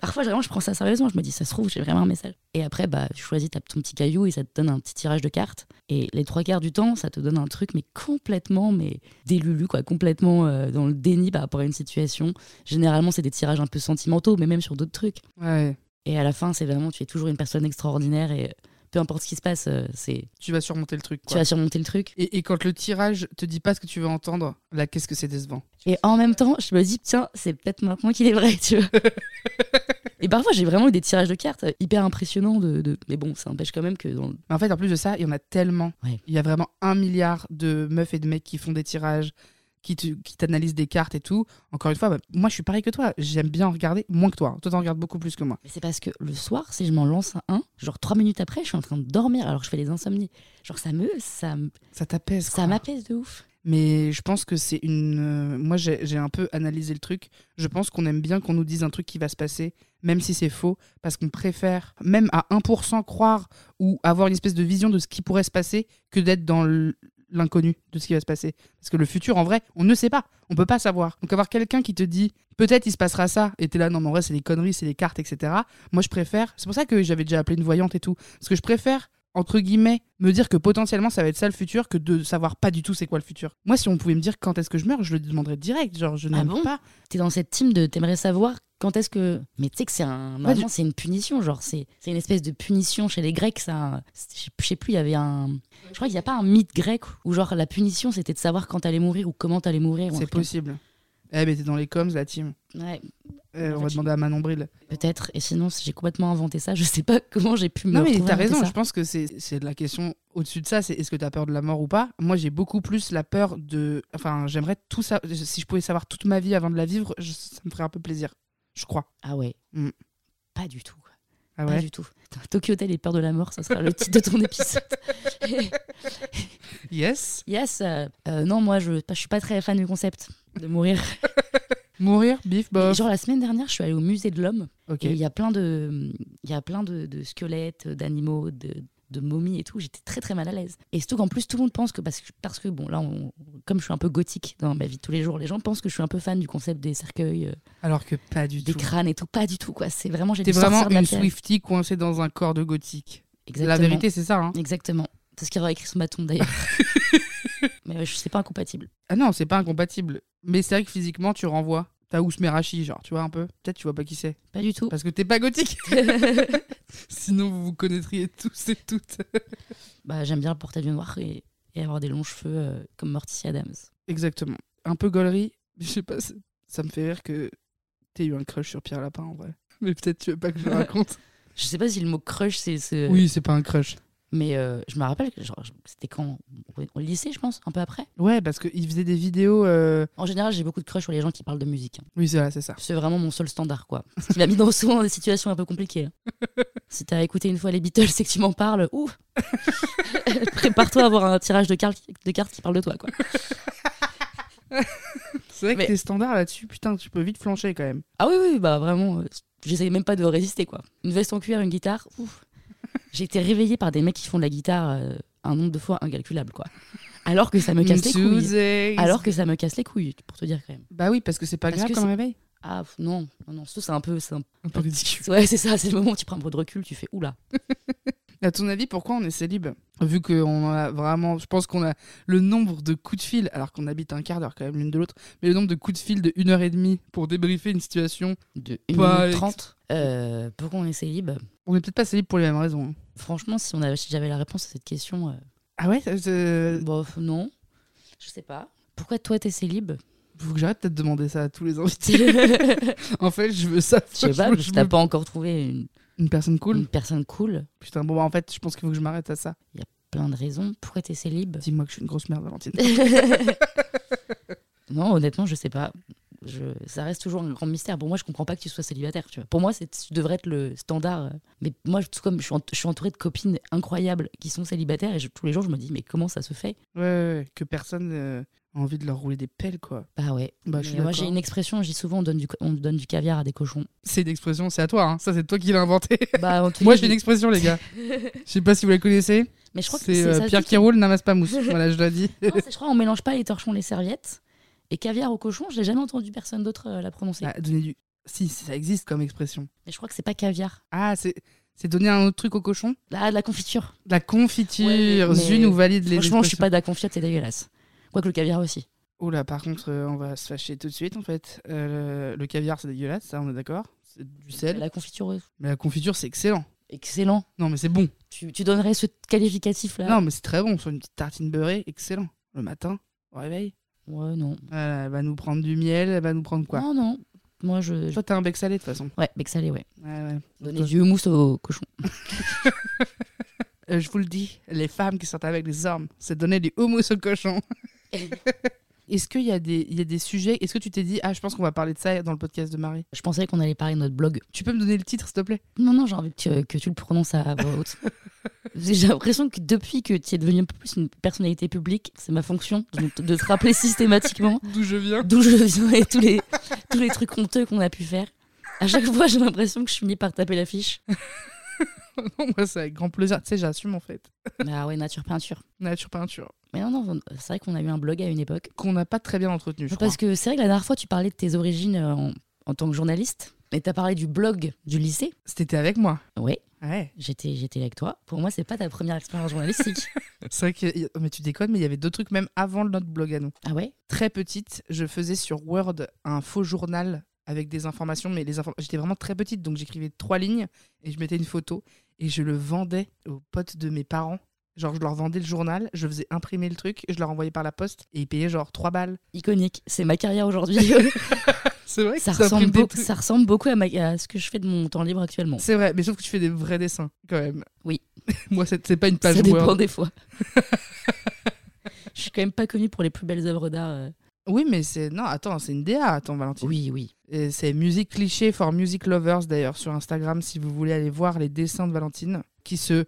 [SPEAKER 1] Parfois, vraiment, je prends ça sérieusement. Je me dis, ça se trouve, j'ai vraiment un message. Et après, bah, tu choisis ta- ton petit caillou et ça te donne un petit tirage de cartes. Et les trois quarts du temps, ça te donne un truc, mais complètement, mais délulu, quoi. Complètement euh, dans le déni par rapport à une situation. Généralement, c'est des tirages un peu sentimentaux, mais même sur d'autres trucs.
[SPEAKER 2] Ouais,
[SPEAKER 1] Et à la fin, c'est vraiment, tu es toujours une personne extraordinaire et euh, peu importe ce qui se passe, euh, c'est
[SPEAKER 2] tu vas surmonter le truc.
[SPEAKER 1] tu
[SPEAKER 2] Quoi.
[SPEAKER 1] vas surmonter le truc.
[SPEAKER 2] Et, et quand le tirage te dit pas ce que tu veux entendre, là, qu'est-ce que c'est décevant
[SPEAKER 1] Et en même temps, je me dis, tiens, c'est peut-être maintenant qu'il est vrai, tu vois. Et parfois, j'ai vraiment eu des tirages de cartes hyper impressionnants. De, de- Mais bon, ça empêche quand même que dans le...
[SPEAKER 2] Mais en fait, en plus de ça, il y en a tellement.
[SPEAKER 1] Ouais.
[SPEAKER 2] Il y a vraiment un milliard de meufs et de mecs qui font des tirages, qui te- qui t'analysent des cartes et tout. Encore une fois, bah, moi, je suis pareil que toi. J'aime bien en regarder moins que toi. Toi, t'en regardes beaucoup plus que moi.
[SPEAKER 1] Mais c'est parce que le soir, si je m'en lance un, genre trois minutes après, je suis en train de dormir alors que je fais des insomnies. Genre, ça me... Ça, me-
[SPEAKER 2] Ça t'apaise.
[SPEAKER 1] ça
[SPEAKER 2] quoi.
[SPEAKER 1] m'apaise de ouf.
[SPEAKER 2] Mais je pense que c'est une. euh, Moi, j'ai j'ai un peu analysé le truc. Je pense qu'on aime bien qu'on nous dise un truc qui va se passer, même si c'est faux, parce qu'on préfère, même à 1%, croire ou avoir une espèce de vision de ce qui pourrait se passer que d'être dans l- l'inconnu de ce qui va se passer. Parce que le futur, en vrai, on ne sait pas. On peut pas savoir. Donc, avoir quelqu'un qui te dit peut-être il se passera ça, et t'es là, non, mais en vrai, c'est des conneries, c'est des cartes, etc. Moi, je préfère. C'est pour ça que j'avais déjà appelé une voyante et tout. Parce que je préfère entre guillemets, me dire que potentiellement ça va être ça le futur que de savoir pas du tout c'est quoi le futur. Moi, si on pouvait me dire quand est-ce que je meurs, je le demanderais direct. Genre, je
[SPEAKER 1] Ah
[SPEAKER 2] n'aime
[SPEAKER 1] bon
[SPEAKER 2] pas.
[SPEAKER 1] T'es dans cette team de t'aimerais savoir quand est-ce que... Mais tu sais que c'est un... Normalement, c'est une punition, genre, c'est c'est une espèce de punition chez les Grecs, ça... Je sais- je sais plus, il y avait un... Je crois qu'il n'y a pas un mythe grec où, genre, la punition, c'était de savoir quand t'allais mourir ou comment t'allais mourir. ou un
[SPEAKER 2] C'est
[SPEAKER 1] truc comme
[SPEAKER 2] possible. Eh, mais t'es dans les coms, la team.
[SPEAKER 1] ça. Ouais,
[SPEAKER 2] Eh,
[SPEAKER 1] En
[SPEAKER 2] on
[SPEAKER 1] fait,
[SPEAKER 2] va
[SPEAKER 1] je-
[SPEAKER 2] demander à Manon Bril.
[SPEAKER 1] Peut-être, et sinon, si j'ai complètement inventé ça, je sais pas comment j'ai pu me
[SPEAKER 2] Non, mais
[SPEAKER 1] retrouver
[SPEAKER 2] t'as
[SPEAKER 1] à inventer
[SPEAKER 2] raison.
[SPEAKER 1] ça.
[SPEAKER 2] Je pense que c'est c'est la question au-dessus de ça. C'est est-ce que t'as peur de la mort ou pas Moi, j'ai beaucoup plus la peur de. Enfin, j'aimerais tout ça. Si je pouvais savoir toute ma vie avant de la vivre, je- ça me ferait un peu plaisir. Je crois.
[SPEAKER 1] Ah ouais.
[SPEAKER 2] Mm.
[SPEAKER 1] Pas du tout. quoi.
[SPEAKER 2] Ah
[SPEAKER 1] Pas
[SPEAKER 2] ouais.
[SPEAKER 1] du tout. Putain, Tokyo Hotel et peur de la mort, ça sera le titre de ton épisode.
[SPEAKER 2] Yes.
[SPEAKER 1] yes. euh, euh, non, moi, je, je suis pas très fan du concept de mourir.
[SPEAKER 2] Mourir, bif, bof.
[SPEAKER 1] Genre, la semaine dernière, je suis allée au musée de l'homme
[SPEAKER 2] Ok.
[SPEAKER 1] et il y a plein de, il y a plein de, de squelettes, d'animaux, de, de momies et tout. J'étais très, très mal à l'aise. Et surtout qu'en plus, tout le monde pense que, parce que, parce que bon, là, on- comme je suis un peu gothique dans ma vie de tous les jours, les gens pensent que je suis un peu fan du concept des cercueils. euh,
[SPEAKER 2] Alors que pas du
[SPEAKER 1] des
[SPEAKER 2] tout.
[SPEAKER 1] crânes et tout, pas du tout quoi. C'est vraiment j'ai
[SPEAKER 2] T'es
[SPEAKER 1] dû sortir
[SPEAKER 2] vraiment
[SPEAKER 1] de la
[SPEAKER 2] une
[SPEAKER 1] pierre.
[SPEAKER 2] Swiftie coincée dans un corps de gothique.
[SPEAKER 1] Exactement.
[SPEAKER 2] La vérité, c'est ça. hein.
[SPEAKER 1] Exactement. C'est ce qu'il y aura écrit sur ma tombe d'ailleurs. Mais ouais, je sais pas incompatible.
[SPEAKER 2] Ah non, c'est pas incompatible. Mais c'est vrai que physiquement, tu renvoies. T'as Ousmerachi, genre, tu vois un peu. Peut-être tu vois pas qui c'est.
[SPEAKER 1] Pas du tout.
[SPEAKER 2] Parce que t'es pas gothique. Sinon, vous vous connaîtriez tous et toutes.
[SPEAKER 1] bah, j'aime bien porter du noir et, et avoir des longs cheveux euh, comme Morticia Adams.
[SPEAKER 2] Exactement. Un peu gaulerie. Je sais pas, ça- ça me fait rire que t'aies eu un crush sur Pierre Lapin en vrai. Mais peut-être tu veux pas que je le raconte.
[SPEAKER 1] Je sais pas si le mot crush, c'est. c'est-
[SPEAKER 2] oui, c'est pas un crush.
[SPEAKER 1] Mais euh, je me rappelle, que genre, je- c'était quand au- Au lycée, je pense, un peu après.
[SPEAKER 2] Ouais, parce qu'il faisait des vidéos. euh,
[SPEAKER 1] En général, j'ai beaucoup de crush sur les gens qui parlent de musique. hein.
[SPEAKER 2] Oui, c'est vrai, c'est ça.
[SPEAKER 1] C'est vraiment mon seul standard, quoi. Ce qui m'a mis dans souvent dans des situations un peu compliquées. hein. si t'as écouté une fois les Beatles et que tu m'en parles, ouh Prépare-toi à avoir un tirage de cartes, de cartes qui parle de toi, quoi.
[SPEAKER 2] C'est vrai
[SPEAKER 1] Mais-
[SPEAKER 2] que tes standards là-dessus, putain, tu peux vite flancher quand même.
[SPEAKER 1] Ah oui, oui, bah vraiment, euh, j'essayais même pas de résister, quoi. Une veste en cuir, une guitare, ouf. J'ai été réveillée par des mecs qui font de la guitare euh, un nombre de fois incalculable, quoi. Alors que ça me casse les couilles.
[SPEAKER 2] Tuesdays.
[SPEAKER 1] Alors que ça me casse les couilles, pour te dire quand même.
[SPEAKER 2] Bah oui, parce que c'est pas
[SPEAKER 1] Parce
[SPEAKER 2] grave
[SPEAKER 1] que
[SPEAKER 2] comme
[SPEAKER 1] c'est-
[SPEAKER 2] réveil.
[SPEAKER 1] Ah pff, non, non, non, ça, c'est un peu. c'est Un...
[SPEAKER 2] Un peu ridicule.
[SPEAKER 1] Ouais, c'est ça, c'est le moment où tu prends un peu de recul, tu fais oula.
[SPEAKER 2] À ton avis, pourquoi on est célib Vu qu'on en a vraiment, je pense qu'on a le nombre de coups de fil, alors qu'on habite un quart d'heure quand même l'une de l'autre, mais le nombre de coups de fil de une heure et demie pour débriefer une situation.
[SPEAKER 1] De 1
[SPEAKER 2] Pas
[SPEAKER 1] minute
[SPEAKER 2] ex-
[SPEAKER 1] 30. euh, pourquoi on est célib
[SPEAKER 2] On est peut-être pas célib pour les mêmes raisons. hein.
[SPEAKER 1] Franchement, si, on avait- si j'avais la réponse à cette question, euh,
[SPEAKER 2] Ah ouais euh,
[SPEAKER 1] bof, non. Je sais pas. Pourquoi toi t'es célib
[SPEAKER 2] Faut que j'arrête peut-être de demander ça à tous les
[SPEAKER 1] Je
[SPEAKER 2] invités.
[SPEAKER 1] sais
[SPEAKER 2] en fait, je Mm. veux ça.
[SPEAKER 1] pas,
[SPEAKER 2] veux-
[SPEAKER 1] mais
[SPEAKER 2] veux
[SPEAKER 1] t'as pas encore trouvé une,
[SPEAKER 2] Une personne cool.
[SPEAKER 1] une personne cool.
[SPEAKER 2] Putain, bon, bah, en fait, je pense qu'il faut que je m'arrête à ça.
[SPEAKER 1] Plein de raisons. Pourquoi t'es célib
[SPEAKER 2] Dis-moi que je suis une grosse merde, Valentine.
[SPEAKER 1] Non, honnêtement, je sais pas. Je, ça reste toujours un grand mystère. Pour moi, je comprends pas que tu sois célibataire. Tu vois. Pour moi, c'est, tu devrais être le standard. euh. Mais moi, tout comme je suis, ent- je suis entourée de copines incroyables qui sont célibataires, et je- tous les jours, je me dis, mais comment ça se fait
[SPEAKER 2] ouais, ouais, ouais, que personne euh, a envie de leur rouler des pelles, quoi.
[SPEAKER 1] Bah ouais.
[SPEAKER 2] Bah, je suis
[SPEAKER 1] Mais moi,
[SPEAKER 2] d'accord.
[SPEAKER 1] j'ai une expression, je dis souvent, on donne du, co- on donne du caviar à des cochons.
[SPEAKER 2] C'est une expression, c'est à toi, hein. ça c'est toi qui l'as inventée.
[SPEAKER 1] Bah, en tout cas,
[SPEAKER 2] Moi j'ai une expression, les gars. Je sais pas si vous la connaissez.
[SPEAKER 1] Mais je crois que
[SPEAKER 2] C'est
[SPEAKER 1] c'est-
[SPEAKER 2] euh,
[SPEAKER 1] ça se
[SPEAKER 2] Pierre
[SPEAKER 1] dit
[SPEAKER 2] qui roule n'amasse pas mousse. voilà, je l'ai dit.
[SPEAKER 1] Non, c'est- je crois on mélange pas les torchons les serviettes. Et caviar au cochon, j'ai jamais entendu personne d'autre euh, la prononcer.
[SPEAKER 2] Ah, donner du. Si, ça existe comme expression.
[SPEAKER 1] Mais je crois que c'est pas caviar.
[SPEAKER 2] Ah, c'est c'est donner un autre truc au cochon
[SPEAKER 1] Ah, de la confiture.
[SPEAKER 2] La confiture,
[SPEAKER 1] Ouais, mais-
[SPEAKER 2] zune ou valide les
[SPEAKER 1] Franchement, je suis
[SPEAKER 2] expressions.
[SPEAKER 1] pas de la confiture, c'est dégueulasse. Quoique le caviar aussi.
[SPEAKER 2] Oh là, par contre, euh, on va se fâcher tout de suite en fait. Euh, le, le caviar, c'est dégueulasse, ça, on est d'accord C'est du sel.
[SPEAKER 1] La confiture, euh,
[SPEAKER 2] Mais la confiture, c'est excellent.
[SPEAKER 1] excellent.
[SPEAKER 2] Non, mais c'est bon.
[SPEAKER 1] Tu, tu donnerais ce qualificatif là
[SPEAKER 2] Non, mais c'est très bon. Sur une petite tartine beurrée, excellent. Le matin, au réveil.
[SPEAKER 1] Ouais, non.
[SPEAKER 2] Voilà, elle va nous prendre du miel, elle va nous prendre quoi
[SPEAKER 1] non, non. Moi, je. je-
[SPEAKER 2] Toi, t'as un bec salé de toute façon.
[SPEAKER 1] Ouais, bec salé, ouais.
[SPEAKER 2] Ouais, ouais.
[SPEAKER 1] Donner du houmous au cochon.
[SPEAKER 2] Euh, je vous le dis, les femmes qui sortent avec les hommes, c'est donner du houmous au cochon. Est-ce qu'il y, a des- il y a des sujets Est-ce que tu t'es dit, ah, je pense qu'on va parler de ça dans le podcast de Marie
[SPEAKER 1] Je pensais qu'on allait parler de notre blog.
[SPEAKER 2] Tu peux me donner le titre, s'il te plaît
[SPEAKER 1] Non, non, j'ai envie que, que tu le prononces à voix haute. J'ai l'impression que depuis que tu es devenu un peu plus une personnalité publique, c'est ma fonction de, de te rappeler systématiquement
[SPEAKER 2] D'où je viens
[SPEAKER 1] d'où je viens et tous les, tous les trucs honteux qu'on a pu faire. À chaque fois, j'ai l'impression que je finis par taper l'affiche.
[SPEAKER 2] Non, moi, c'est avec grand plaisir. Tu sais, j'assume en fait.
[SPEAKER 1] Mais Ah ouais, nature peinture.
[SPEAKER 2] Nature peinture.
[SPEAKER 1] Mais non, non, c'est vrai qu'on a eu un blog à une époque.
[SPEAKER 2] Qu'on n'a pas très bien entretenu, je crois.
[SPEAKER 1] Parce que c'est vrai que la dernière fois, tu parlais de tes origines euh, en, en tant que journaliste. Et t'as parlé du blog du lycée.
[SPEAKER 2] C'était avec moi.
[SPEAKER 1] Ouais,
[SPEAKER 2] Ouais.
[SPEAKER 1] j'étais, j'étais là avec toi. Pour moi, c'est pas ta première expérience journalistique.
[SPEAKER 2] C'est vrai que. Mais tu déconnes, mais il y avait deux trucs même avant notre blog à nous.
[SPEAKER 1] ah ouais
[SPEAKER 2] très petite, je faisais sur Word un faux journal avec des informations, mais les inform- j'étais vraiment très petite, donc j'écrivais trois lignes et je mettais une photo et je le vendais aux potes de mes parents. Genre, je leur vendais le journal, je faisais imprimer le truc, je leur envoyais par la poste et ils payaient genre 3 balles.
[SPEAKER 1] Iconique. C'est ma carrière aujourd'hui.
[SPEAKER 2] C'est vrai
[SPEAKER 1] ça, ressemble beau- ça ressemble beaucoup à, ma- à ce que je fais de mon temps libre actuellement.
[SPEAKER 2] C'est vrai, mais sauf que tu fais des vrais dessins quand même.
[SPEAKER 1] Oui.
[SPEAKER 2] Moi, c'est c'est pas une page
[SPEAKER 1] Ça dépend
[SPEAKER 2] Word.
[SPEAKER 1] des fois. Je suis quand même pas connue pour les plus belles œuvres d'art. euh.
[SPEAKER 2] Oui, mais c'est. Non, attends, c'est une DA, attends, Valentine.
[SPEAKER 1] Oui, oui.
[SPEAKER 2] Et C'est Musique Cliché for Music Lovers d'ailleurs sur Instagram si vous voulez aller voir les dessins de Valentine qui se,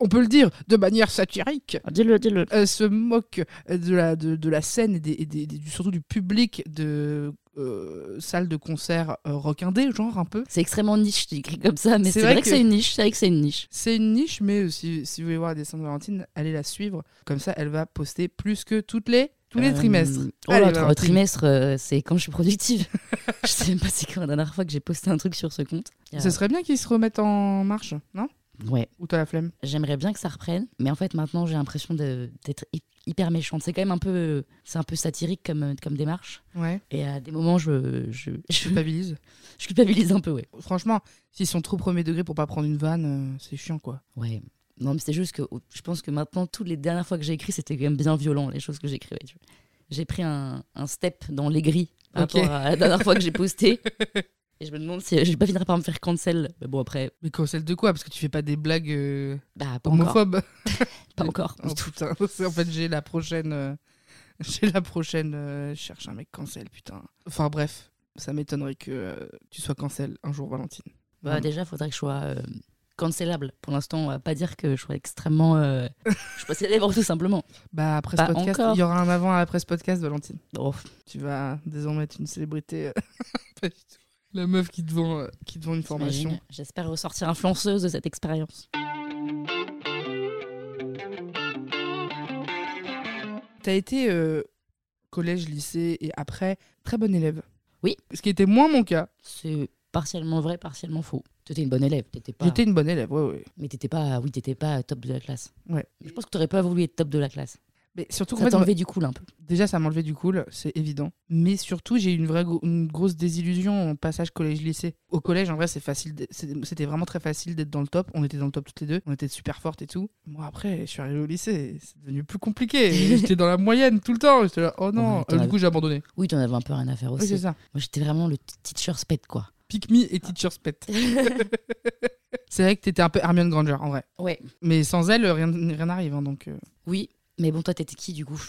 [SPEAKER 2] on peut le dire, de manière satirique,
[SPEAKER 1] Dis-le, dis-le.
[SPEAKER 2] euh, se moque de la, de, de la scène et, des, et des- des- du- surtout du public de euh, salles de concert euh, rockindé, genre un peu.
[SPEAKER 1] C'est extrêmement niche, tu écris comme ça, mais c'est vrai, que, c'est une niche. C'est vrai que c'est une niche.
[SPEAKER 2] C'est une niche, mais euh, si, si vous voulez voir les dessins de Valentine, allez la suivre. Comme ça, elle va poster plus que toutes les, tous les
[SPEAKER 1] Euh,
[SPEAKER 2] trimestres.
[SPEAKER 1] Oh
[SPEAKER 2] Allez, bah,
[SPEAKER 1] là, trois
[SPEAKER 2] Valentine.
[SPEAKER 1] trimestre, euh, c'est quand je suis productive. je sais même pas c'est quand la dernière fois que j'ai posté un truc sur ce compte. Euh,
[SPEAKER 2] Ce serait bien qu'ils se remettent en marche, non
[SPEAKER 1] Ouais,
[SPEAKER 2] Ou t'as la flemme
[SPEAKER 1] j'aimerais bien que ça reprenne, mais en fait maintenant j'ai l'impression de- d'être hy- hyper méchante. C'est quand même un peu, c'est un peu satirique comme comme démarche.
[SPEAKER 2] Ouais.
[SPEAKER 1] Et à des moments je je, je,
[SPEAKER 2] Culpabilise.
[SPEAKER 1] je culpabilise un peu, ouais.
[SPEAKER 2] Franchement, s'ils sont trop premier degré pour pas prendre une vanne, euh, c'est chiant quoi.
[SPEAKER 1] Ouais. Non, mais c'est juste que oh, je pense que maintenant, toutes les dernières fois que j'ai écrit, c'était quand même bien violent, les choses que j'écrivais. tu vois. J'ai pris un, un step dans l'aigri par
[SPEAKER 2] Ok.
[SPEAKER 1] rapport à la dernière fois que j'ai posté. Et je me demande si je vais pas finir par me faire cancel. Mais bon, après,
[SPEAKER 2] Mais cancel de quoi Parce que tu fais pas des blagues euh,
[SPEAKER 1] bah, pas encore.
[SPEAKER 2] homophobes.
[SPEAKER 1] Pas encore.
[SPEAKER 2] Oh, putain, en fait j'ai la prochaine, euh, j'ai la prochaine, euh, je cherche un mec cancel, putain. Enfin bref, ça m'étonnerait que euh, tu sois cancel un jour, Valentine.
[SPEAKER 1] Bah, déjà, il faudrait que je sois euh, cancellable. Pour l'instant, on va pas dire que je sois extrêmement. euh, je sois célèbre, tout simplement.
[SPEAKER 2] Bah après
[SPEAKER 1] Pas
[SPEAKER 2] ce podcast,
[SPEAKER 1] encore.
[SPEAKER 2] il y aura un avant après ce podcast, Valentine.
[SPEAKER 1] Oh,
[SPEAKER 2] Tu vas désormais être une célébrité. euh, pas du tout. La meuf qui te vend, euh, qui te vend une formation.
[SPEAKER 1] t'imagines J'espère ressortir influenceuse de cette expérience.
[SPEAKER 2] T'as été euh, collège, lycée et après très bonne élève.
[SPEAKER 1] Oui.
[SPEAKER 2] Ce qui était moins mon cas.
[SPEAKER 1] C'est partiellement vrai, partiellement faux. T'étais une bonne élève, t'étais pas.
[SPEAKER 2] J'étais une bonne élève, ouais, ouais.
[SPEAKER 1] Mais t'étais pas, oui, t'étais pas top de la classe.
[SPEAKER 2] Ouais.
[SPEAKER 1] Je pense que t'aurais pas voulu être top de la classe.
[SPEAKER 2] Mais surtout qu'en
[SPEAKER 1] Ça
[SPEAKER 2] fait,
[SPEAKER 1] t'enlevait du cool un peu.
[SPEAKER 2] Déjà, ça m'enlevait du cool, c'est évident. Mais surtout, j'ai eu une vraie gro- une grosse désillusion en passage collège-lycée. Au collège, en vrai, c'est facile. d- c'est- C'était vraiment très facile d'être dans le top. On était dans le top toutes les deux. On était super fortes et tout. Moi, après, je suis arrivée au lycée. C'est devenu plus compliqué. J'étais dans la moyenne tout le temps. J'étais là, oh
[SPEAKER 1] Ouais,
[SPEAKER 2] non.
[SPEAKER 1] t'en
[SPEAKER 2] Euh,
[SPEAKER 1] avais-
[SPEAKER 2] du coup, j'ai abandonné.
[SPEAKER 1] Oui, t'en avais un peu rien à faire
[SPEAKER 2] Oui,
[SPEAKER 1] aussi.
[SPEAKER 2] c'est ça.
[SPEAKER 1] Moi, j'étais vraiment le t- teacher sped, quoi.
[SPEAKER 2] Pick me et teacher's pet. c'est vrai que t'étais un peu Hermione Granger, en vrai.
[SPEAKER 1] Ouais.
[SPEAKER 2] Mais sans elle, rien rien n'arrive. hein, donc. euh.
[SPEAKER 1] Oui, mais bon, toi, t'étais qui du coup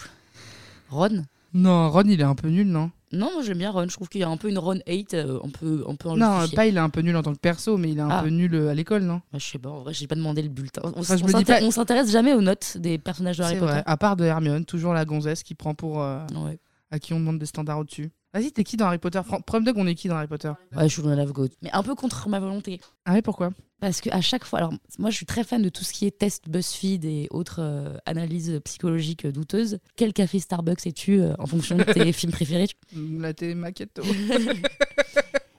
[SPEAKER 1] Ron
[SPEAKER 2] Non, Ron, il est un peu nul, non
[SPEAKER 1] Non, moi j'aime bien Ron. Je trouve qu'il y a un peu une Ron hate, euh, un peu, un peu
[SPEAKER 2] Non,
[SPEAKER 1] injustifiée.
[SPEAKER 2] pas il est un peu nul en tant que perso, mais il est un
[SPEAKER 1] Ah.
[SPEAKER 2] peu nul euh, à l'école, non
[SPEAKER 1] Moi, je sais pas, en vrai, j'ai pas demandé le bulletin. On,
[SPEAKER 2] Enfin,
[SPEAKER 1] s-
[SPEAKER 2] je
[SPEAKER 1] on
[SPEAKER 2] me dis
[SPEAKER 1] s'inté-
[SPEAKER 2] pas-
[SPEAKER 1] on s'intéresse jamais aux notes des personnages de Harry
[SPEAKER 2] C'est
[SPEAKER 1] Potter.
[SPEAKER 2] vrai, à part de Hermione, toujours la gonzesse qui prend pour. euh,
[SPEAKER 1] Ouais.
[SPEAKER 2] à qui on demande des standards au-dessus. Vas-y, t'es qui dans Harry Potter Fran- Preuve de qu'on est qui dans Harry Potter
[SPEAKER 1] ouais, je suis dans la lave goat. Mais un peu contre ma volonté.
[SPEAKER 2] Ah oui, pourquoi
[SPEAKER 1] Parce que à chaque fois, alors moi je suis très fan de tout ce qui est test BuzzFeed et autres euh, analyses psychologiques euh, douteuses. Quel café Starbucks es-tu euh, en fonction de tes films préférés tu-
[SPEAKER 2] La télé maquette.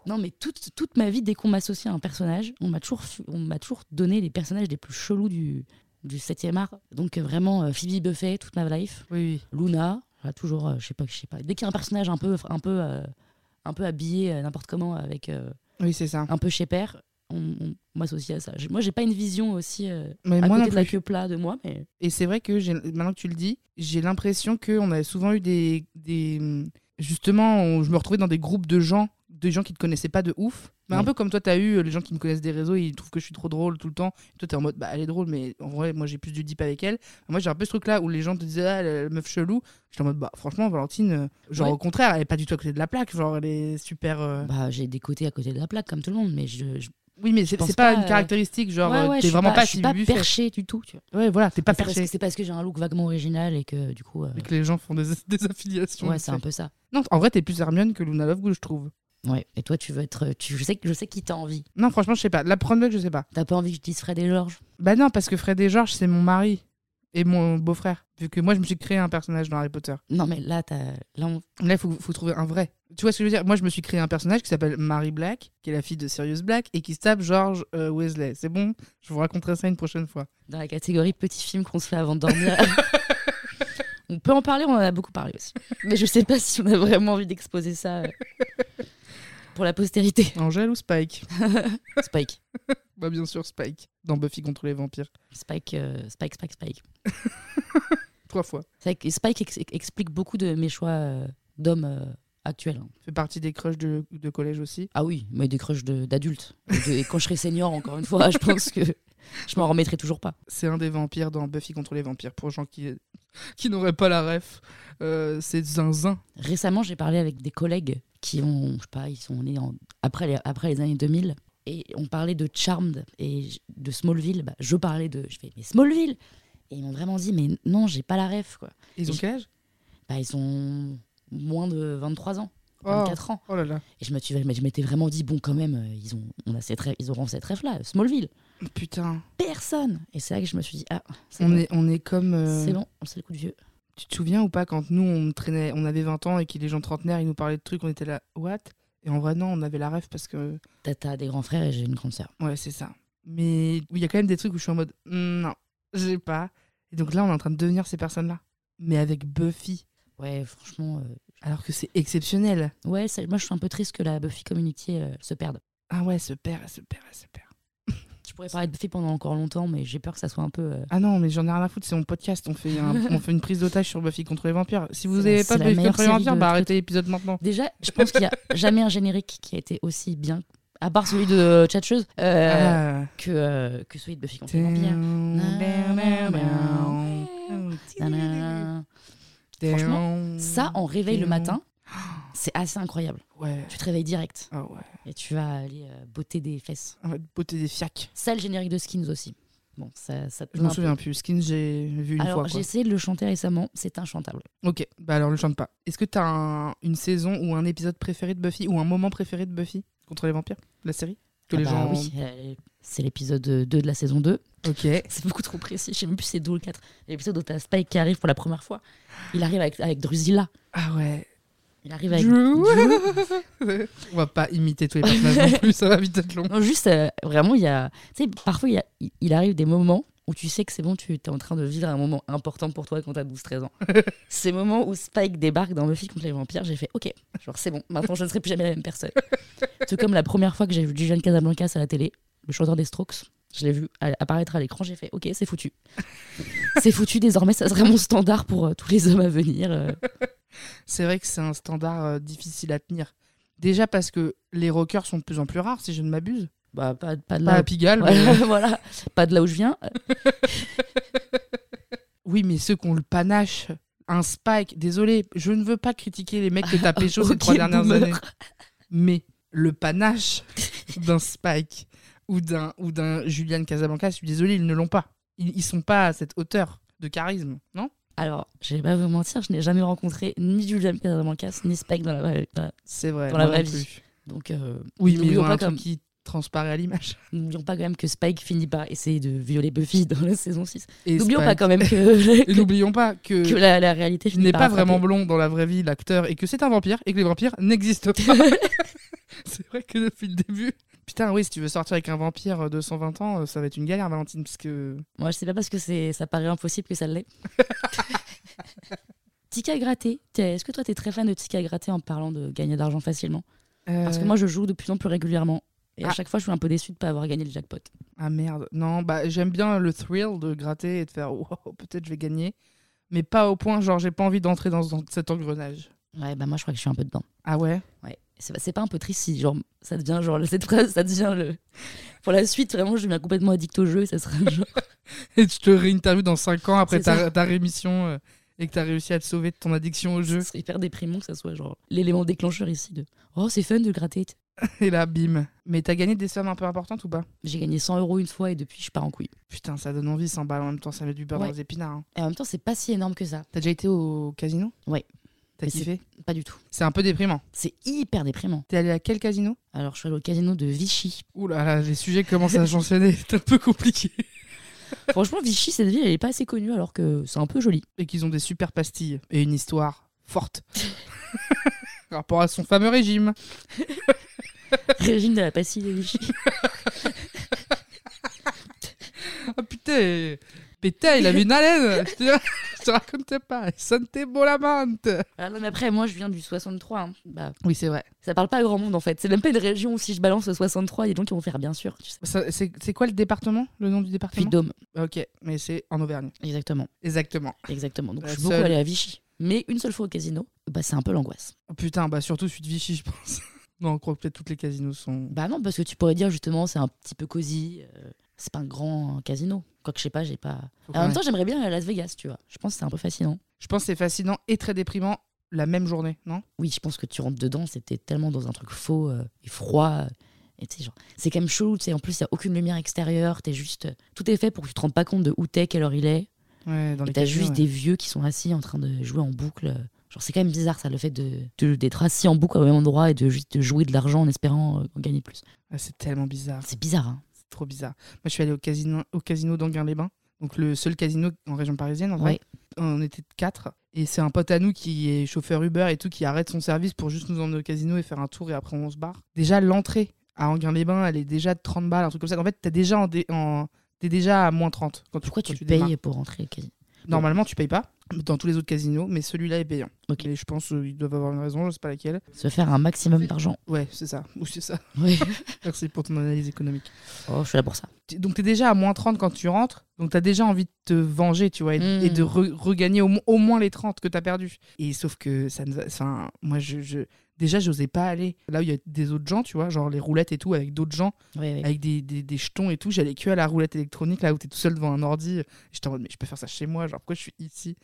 [SPEAKER 1] Non, mais toute, toute ma vie, dès qu'on m'associe à un personnage, on m'a toujours, fu- on m'a toujours donné les personnages les plus chelous du, du 7e art. Donc euh, vraiment, euh, Phoebe Buffet, toute ma life.
[SPEAKER 2] Oui, oui.
[SPEAKER 1] Luna, voilà, toujours, euh, je sais pas, je sais pas. Dès qu'il y a un personnage un peu, un peu, euh, un peu habillé euh, n'importe comment, avec euh,
[SPEAKER 2] Oui, c'est ça.
[SPEAKER 1] un peu chez père, on, on m'associe à ça. J'ai- Moi, j'ai pas une vision aussi euh,
[SPEAKER 2] Mais
[SPEAKER 1] à
[SPEAKER 2] moi non
[SPEAKER 1] côté de la
[SPEAKER 2] plus.
[SPEAKER 1] queue plat de moi, mais
[SPEAKER 2] Et c'est vrai que j'ai- maintenant que tu le dis, j'ai l'impression qu'on a souvent eu des. des... Justement, on- je me retrouvais dans des groupes de gens, de gens qui te connaissaient pas de ouf. Mais un
[SPEAKER 1] Ouais.
[SPEAKER 2] peu comme toi, t'as eu euh, les gens qui me connaissent des réseaux, ils trouvent que je suis trop drôle tout le temps. Toi, t'es en mode, bah elle est drôle, mais en vrai, moi j'ai plus du deep avec elle. Moi, j'ai un peu ce truc-là où les gens te disaient, ah, la la meuf chelou. J'étais en mode, bah franchement, Valentine, euh, genre
[SPEAKER 1] Ouais.
[SPEAKER 2] au contraire, elle est pas du tout à côté de la plaque. Genre, elle est super. euh,
[SPEAKER 1] bah, j'ai des côtés à côté de la plaque comme tout le monde, mais je, je...
[SPEAKER 2] Oui, mais c'est
[SPEAKER 1] pense
[SPEAKER 2] c'est pas,
[SPEAKER 1] pas,
[SPEAKER 2] une
[SPEAKER 1] euh,
[SPEAKER 2] caractéristique, genre,
[SPEAKER 1] Ouais,
[SPEAKER 2] euh,
[SPEAKER 1] ouais, je
[SPEAKER 2] t'es
[SPEAKER 1] suis
[SPEAKER 2] vraiment pas,
[SPEAKER 1] je
[SPEAKER 2] si
[SPEAKER 1] suis pas
[SPEAKER 2] buffé.
[SPEAKER 1] perché du tout. Tu vois.
[SPEAKER 2] Ouais, voilà, t'es pas
[SPEAKER 1] C'est parce
[SPEAKER 2] perché.
[SPEAKER 1] que- C'est parce que j'ai un look vaguement original et que du coup, euh,
[SPEAKER 2] Et que les gens font des, des affiliations.
[SPEAKER 1] ouais,
[SPEAKER 2] tu
[SPEAKER 1] c'est
[SPEAKER 2] sais.
[SPEAKER 1] un peu ça.
[SPEAKER 2] Non, en vrai, t'es plus Hermione que Luna Lovegood, je trouve.
[SPEAKER 1] Ouais. Et toi, tu veux être, euh, tu, je sais, que- je sais qui t'a envie.
[SPEAKER 2] Non, franchement, je sais pas. La première, je sais pas.
[SPEAKER 1] T'as pas envie que je dise Fred et Georges.
[SPEAKER 2] Bah non, parce que Fred et George, c'est mon mari et mon beau-frère. Vu que moi, je me suis créé un personnage dans Harry Potter.
[SPEAKER 1] Non, mais là, t'as, là, on-
[SPEAKER 2] Là, il faut, faut trouver un vrai. Tu vois ce que je veux dire Moi, je me suis créé un personnage qui s'appelle Mary Black, qui est la fille de Sirius Black, et qui se tape George euh, Wesley. C'est bon Je vous raconterai ça une prochaine fois.
[SPEAKER 1] dans la catégorie petits films qu'on se fait avant de dormir. on peut en parler, on en a beaucoup parlé aussi. Mais je sais pas si on a vraiment envie d'exposer ça euh, pour la postérité.
[SPEAKER 2] Angèle ou Spike
[SPEAKER 1] Spike.
[SPEAKER 2] Bah bien sûr, Spike. Dans Buffy contre les vampires.
[SPEAKER 1] Spike, euh, Spike, Spike, Spike.
[SPEAKER 2] Trois fois.
[SPEAKER 1] C'est vrai que Spike ex- explique beaucoup de mes choix euh, d'hommes euh, actuels. hein.
[SPEAKER 2] Fait partie des crushs de, de collège aussi.
[SPEAKER 1] Ah oui, mais des crushs de- d'adultes. Et de- et quand je serai senior, encore une fois, je pense que je m'en remettrai toujours pas.
[SPEAKER 2] C'est un des vampires dans Buffy contre les vampires. Pour gens qui, qui n'auraient pas la ref, euh, c'est Zinzin.
[SPEAKER 1] Récemment, j'ai parlé avec des collègues qui ont, je sais pas, ils sont nés en- après, les, après les années 2000. Et on parlait de Charmed et j- de Smallville. Bah, je parlais de. Je fais, mais Smallville Et ils m'ont vraiment dit, mais non, j'ai pas la ref, quoi.
[SPEAKER 2] Ils ont quel âge
[SPEAKER 1] Bah, ils ont moins de 23 ans,
[SPEAKER 2] Oh.
[SPEAKER 1] 24 ans.
[SPEAKER 2] Oh là là.
[SPEAKER 1] Et je me suis- mais je m'étais vraiment dit, bon, quand même, euh, ils, ont, on a cette ref- ils auront cette ref-là, Smallville.
[SPEAKER 2] Putain.
[SPEAKER 1] Personne Et c'est là que je me suis dit, ah, c'est
[SPEAKER 2] On
[SPEAKER 1] bon.
[SPEAKER 2] est, on est comme. euh,
[SPEAKER 1] C'est bon, c'est le coup de vieux.
[SPEAKER 2] Tu te souviens ou pas quand nous on traînait, on avait 20 ans et que les gens trentenaires ils nous parlaient de trucs, on était là, what Et en vrai, non, on avait la ref parce que.
[SPEAKER 1] T'as- T'as des grands frères et j'ai une grande sœur.
[SPEAKER 2] Ouais, c'est ça. Mais il y a quand même des trucs où je suis en mode, Hmm, non, j'ai pas. Et donc là, on est en train de devenir ces personnes-là. Mais avec Buffy.
[SPEAKER 1] Ouais, franchement. euh,
[SPEAKER 2] Alors que c'est exceptionnel.
[SPEAKER 1] Ouais, ça- moi je suis un peu triste que la Buffy Community euh, se perde.
[SPEAKER 2] Ah ouais, ce père, ce père, ce père.
[SPEAKER 1] Je pourrais parler de Buffy pendant encore longtemps, mais j'ai peur que ça soit un peu. euh,
[SPEAKER 2] Ah non, mais j'en ai rien à foutre, c'est mon podcast. On fait, un- on fait une prise d'otage sur Buffy contre les vampires. Si vous
[SPEAKER 1] C'est-
[SPEAKER 2] n'avez
[SPEAKER 1] c'est
[SPEAKER 2] pas
[SPEAKER 1] la
[SPEAKER 2] Buffy
[SPEAKER 1] meilleure
[SPEAKER 2] contre les
[SPEAKER 1] série
[SPEAKER 2] vampires,
[SPEAKER 1] de
[SPEAKER 2] bah
[SPEAKER 1] trucs.
[SPEAKER 2] arrêtez l'épisode maintenant.
[SPEAKER 1] Déjà, je pense qu'il n'y a jamais un générique qui a été aussi bien, à part celui de Tchatcheuse, euh,
[SPEAKER 2] Ah.
[SPEAKER 1] que, euh, que celui de Buffy contre les vampires. Nanana. Franchement, Ça, on réveille le matin, c'est assez incroyable.
[SPEAKER 2] Ouais.
[SPEAKER 1] Tu te réveilles direct
[SPEAKER 2] Ah ouais.
[SPEAKER 1] et tu vas aller euh, botter des fesses.
[SPEAKER 2] On va te botter des fiacs.
[SPEAKER 1] Ça, le générique de Skins aussi. Bon, ça, ça te
[SPEAKER 2] Je
[SPEAKER 1] met
[SPEAKER 2] m'en
[SPEAKER 1] un
[SPEAKER 2] souviens
[SPEAKER 1] peu.
[SPEAKER 2] plus. Skins, j'ai vu une
[SPEAKER 1] Alors,
[SPEAKER 2] fois.
[SPEAKER 1] j'ai
[SPEAKER 2] quoi.
[SPEAKER 1] essayé de le chanter récemment, c'est inchantable.
[SPEAKER 2] Ok, bah alors le chante pas. Est-ce que t'as un- une saison ou un épisode préféré de Buffy ou un moment préféré de Buffy contre les vampires La série Que
[SPEAKER 1] Ah
[SPEAKER 2] les
[SPEAKER 1] bah
[SPEAKER 2] gens.
[SPEAKER 1] oui, euh, c'est l'épisode 2 de la saison 2.
[SPEAKER 2] Ok.
[SPEAKER 1] C'est beaucoup trop précis. Je sais même plus si c'est 2 ou le 4. L'épisode où t'as Spike qui arrive pour la première fois. Il arrive avec, avec Drusilla.
[SPEAKER 2] Ah ouais.
[SPEAKER 1] Il arrive avec.
[SPEAKER 2] Drew.
[SPEAKER 1] Drew.
[SPEAKER 2] On va pas imiter tous les personnages non plus, ça va vite être long.
[SPEAKER 1] Non, juste, euh, vraiment, il y a. Tu sais, parfois, il, y a- il- il arrive des moments où tu sais que c'est bon, tu es en train de vivre un moment important pour toi quand t'as 12-13 ans. Ces moments où Spike débarque dans Buffy contre les vampires, j'ai fait OK, genre c'est bon, maintenant je ne serai plus jamais la même personne. C'est comme la première fois que j'ai vu Julian Casablancas à la télé, le chanteur des Strokes. Je l'ai vu à- apparaître à l'écran, j'ai fait OK, c'est foutu. c'est foutu, désormais, ça sera mon standard pour euh, tous les hommes à venir. euh.
[SPEAKER 2] C'est vrai que c'est un standard euh, difficile à tenir. Déjà parce que les rockers sont de plus en plus rares, si je ne m'abuse.
[SPEAKER 1] bah, pas, pas de
[SPEAKER 2] Pas
[SPEAKER 1] là.
[SPEAKER 2] à Pigalle, mais- euh,
[SPEAKER 1] Voilà, voilà, pas de là où je viens.
[SPEAKER 2] Oui, mais ceux qui ont le panache, un spike. Désolé, je ne veux pas critiquer les mecs que t'as pécho ces
[SPEAKER 1] Ok,
[SPEAKER 2] trois dernières
[SPEAKER 1] boomer.
[SPEAKER 2] années. Mais le panache d'un spike ou d'un ou d'un Julian Casablanca, je suis désolé, ils ne l'ont pas. Ils, ils sont pas à cette hauteur de charisme, non
[SPEAKER 1] Alors, je vais pas vous mentir, je n'ai jamais rencontré ni Julian Casablancas ni Spike dans la vraie dans la-
[SPEAKER 2] C'est vrai.
[SPEAKER 1] Dans la
[SPEAKER 2] moi
[SPEAKER 1] vraie
[SPEAKER 2] non
[SPEAKER 1] vie.
[SPEAKER 2] plus.
[SPEAKER 1] Donc, euh,
[SPEAKER 2] Oui, mais ils
[SPEAKER 1] n'oublions
[SPEAKER 2] ont un
[SPEAKER 1] pas,
[SPEAKER 2] truc
[SPEAKER 1] comme-
[SPEAKER 2] qui transparaît à l'image.
[SPEAKER 1] n'oublions pas quand même que Spike finit par essayer de violer Buffy dans la saison 6.
[SPEAKER 2] Et
[SPEAKER 1] N'oublions pas
[SPEAKER 2] Spike-
[SPEAKER 1] quand même que,
[SPEAKER 2] Et
[SPEAKER 1] que-
[SPEAKER 2] n'oublions pas que
[SPEAKER 1] que la, la réalité
[SPEAKER 2] il
[SPEAKER 1] finit
[SPEAKER 2] n'est
[SPEAKER 1] par
[SPEAKER 2] pas vraiment
[SPEAKER 1] attraper.
[SPEAKER 2] blond dans la vraie vie, l'acteur, et que c'est un vampire, et que les vampires n'existent pas. c'est vrai que depuis le début. Putain, oui, si tu veux sortir avec un vampire de 120 ans, euh, ça va être une galère, Valentine, parce que.
[SPEAKER 1] Moi, je sais pas parce que c'est, ça paraît impossible que ça l'est. Tika Gratté, t'es- est-ce que toi, tu es très fan de Tika Gratté en parlant de gagner d'argent facilement
[SPEAKER 2] Euh,
[SPEAKER 1] Parce que moi, je joue de plus en plus régulièrement. Et à
[SPEAKER 2] Ah.
[SPEAKER 1] chaque fois, je suis un peu déçue de pas avoir gagné le jackpot.
[SPEAKER 2] Ah merde. Non, bah j'aime bien le thrill de gratter et de faire wow, peut-être je vais gagner. Mais pas au point, genre, j'ai pas envie d'entrer dans, dans cet engrenage.
[SPEAKER 1] Ouais, bah moi, je crois que je suis un peu dedans.
[SPEAKER 2] Ah ouais
[SPEAKER 1] Ouais, c'est pas- c'est pas un peu triste si genre ça devient genre cette phrase, ça devient le pour la suite vraiment je deviens complètement addict au jeu et ça sera genre
[SPEAKER 2] Et tu te réinterviews dans 5 ans après
[SPEAKER 1] C'est
[SPEAKER 2] ta,
[SPEAKER 1] ça.
[SPEAKER 2] ta rémission euh, et que t'as réussi à te sauver de ton addiction au jeu.
[SPEAKER 1] ce serait hyper déprimant que ça soit genre l'élément déclencheur ici de oh c'est fun de gratter.
[SPEAKER 2] Et là, bim. Mais t'as gagné des sommes un peu importantes ou pas
[SPEAKER 1] J'ai gagné 100 euros une fois et depuis je pars en couille.
[SPEAKER 2] Putain, ça donne envie, 100 balles en même temps, ça met du beurre
[SPEAKER 1] Ouais.
[SPEAKER 2] dans les épinards. hein.
[SPEAKER 1] Et en même temps c'est pas si énorme que ça,
[SPEAKER 2] T'as déjà été au casino
[SPEAKER 1] Ouais.
[SPEAKER 2] T'as
[SPEAKER 1] Mais c'est-
[SPEAKER 2] kiffé
[SPEAKER 1] pas du tout.
[SPEAKER 2] C'est un peu déprimant.
[SPEAKER 1] C'est hyper déprimant.
[SPEAKER 2] T'es allé à quel casino
[SPEAKER 1] Alors je suis allée au casino de Vichy.
[SPEAKER 2] Ouh là là, les sujets commencent à s'enchaîner, c'est un peu compliqué.
[SPEAKER 1] Franchement Vichy cette ville elle est pas assez connue alors que c'est un peu joli.
[SPEAKER 2] et qu'ils ont des super pastilles et une histoire forte. Par rapport à son fameux régime.
[SPEAKER 1] Régime de la pastille de Vichy.
[SPEAKER 2] Ah putain Pétain, il avait une haleine Je te, je te racontais pas. Santé bolamante
[SPEAKER 1] Ah non mais après moi je viens du 63. hein. Bah
[SPEAKER 2] Oui, c'est vrai.
[SPEAKER 1] ça parle pas à grand monde en fait. C'est même pas une région où si je balance le 63 il y a des gens qui vont faire bien sûr. Tu sais.
[SPEAKER 2] Ça- C'est c'est quoi le département Le nom du département
[SPEAKER 1] Puis Dôme.
[SPEAKER 2] Ok, mais c'est en Auvergne.
[SPEAKER 1] Exactement,
[SPEAKER 2] Exactement.
[SPEAKER 1] exactement. Donc
[SPEAKER 2] La
[SPEAKER 1] je suis beaucoup
[SPEAKER 2] seule.
[SPEAKER 1] allée à Vichy. Mais une seule fois au casino, bah, c'est un peu l'angoisse.
[SPEAKER 2] Oh, putain, bah surtout celui de Vichy, je pense. Non, on croit que peut-être toutes les casinos sont.
[SPEAKER 1] Bah non, parce que tu pourrais dire justement, c'est un petit peu cosy, euh, c'est pas un grand casino. Quoique je sais pas, j'ai pas.
[SPEAKER 2] Faut
[SPEAKER 1] En même
[SPEAKER 2] qu'on
[SPEAKER 1] temps, j'aimerais bien aller à Las Vegas, tu vois. Je pense que c'est un peu fascinant.
[SPEAKER 2] Je pense que c'est fascinant et très déprimant la même journée, non
[SPEAKER 1] Oui, je pense que tu rentres dedans, c'était tellement dans un truc faux euh, et froid. euh, et tu sais, genre, c'est quand même chaud, tu sais, en plus, il n'y a aucune lumière extérieure, t'es juste. euh, Tout est fait pour que tu te rendes pas compte de où t'es, quelle heure il est.
[SPEAKER 2] Ouais, dans
[SPEAKER 1] Et
[SPEAKER 2] les
[SPEAKER 1] t'as
[SPEAKER 2] casinos,
[SPEAKER 1] juste
[SPEAKER 2] ouais.
[SPEAKER 1] des vieux qui sont assis en train de jouer en boucle. Genre, c'est quand même bizarre, ça, le fait de de- d'être assis en boucle au même endroit et de juste de jouer de l'argent en espérant euh, en gagner plus.
[SPEAKER 2] Ah, c'est tellement bizarre.
[SPEAKER 1] C'est bizarre, hein.
[SPEAKER 2] C'est trop bizarre. Moi, je suis allée au casino, au casino d'Anguin-les-Bains, donc le seul casino en région parisienne. En vrai.
[SPEAKER 1] Ouais.
[SPEAKER 2] On était quatre. Et c'est un pote à nous qui est chauffeur Uber et tout, qui arrête son service pour juste nous emmener au casino et faire un tour et après on se barre. Déjà, l'entrée à Anguin-les-Bains, elle est déjà de 30 balles, un truc comme ça. En fait, t'es déjà, en dé- en... t'es déjà à moins 30 quand tu,
[SPEAKER 1] Pourquoi
[SPEAKER 2] quand
[SPEAKER 1] tu,
[SPEAKER 2] tu démarres.
[SPEAKER 1] payes pour entrer au casino
[SPEAKER 2] Normalement, tu payes pas. dans tous les autres casinos, mais celui-là est payant.
[SPEAKER 1] Ok.
[SPEAKER 2] Et je pense qu'ils doivent avoir une raison, je sais pas laquelle.
[SPEAKER 1] Se faire un maximum d'argent.
[SPEAKER 2] Ouais, c'est ça. Ou c'est ça.
[SPEAKER 1] Oui.
[SPEAKER 2] Merci pour ton analyse économique.
[SPEAKER 1] Oh, je suis là pour ça.
[SPEAKER 2] T- donc t'es déjà à moins 30 quand tu rentres, donc t'as déjà envie de te venger, tu vois, et,
[SPEAKER 1] Mm.
[SPEAKER 2] et de re- regagner au, mo- au moins les 30 que t'as perdu. Et sauf que ça nous a- Enfin, moi, je, je- déjà, j'osais pas aller là où il y a des autres gens, tu vois, genre les roulettes et tout, avec d'autres gens,
[SPEAKER 1] Oui, oui.
[SPEAKER 2] avec des, des- des jetons et tout. J'allais que à la roulette électronique, là où t'es tout seul devant un ordi. J'étais en mode, mais je peux faire ça chez moi, genre pourquoi je suis ici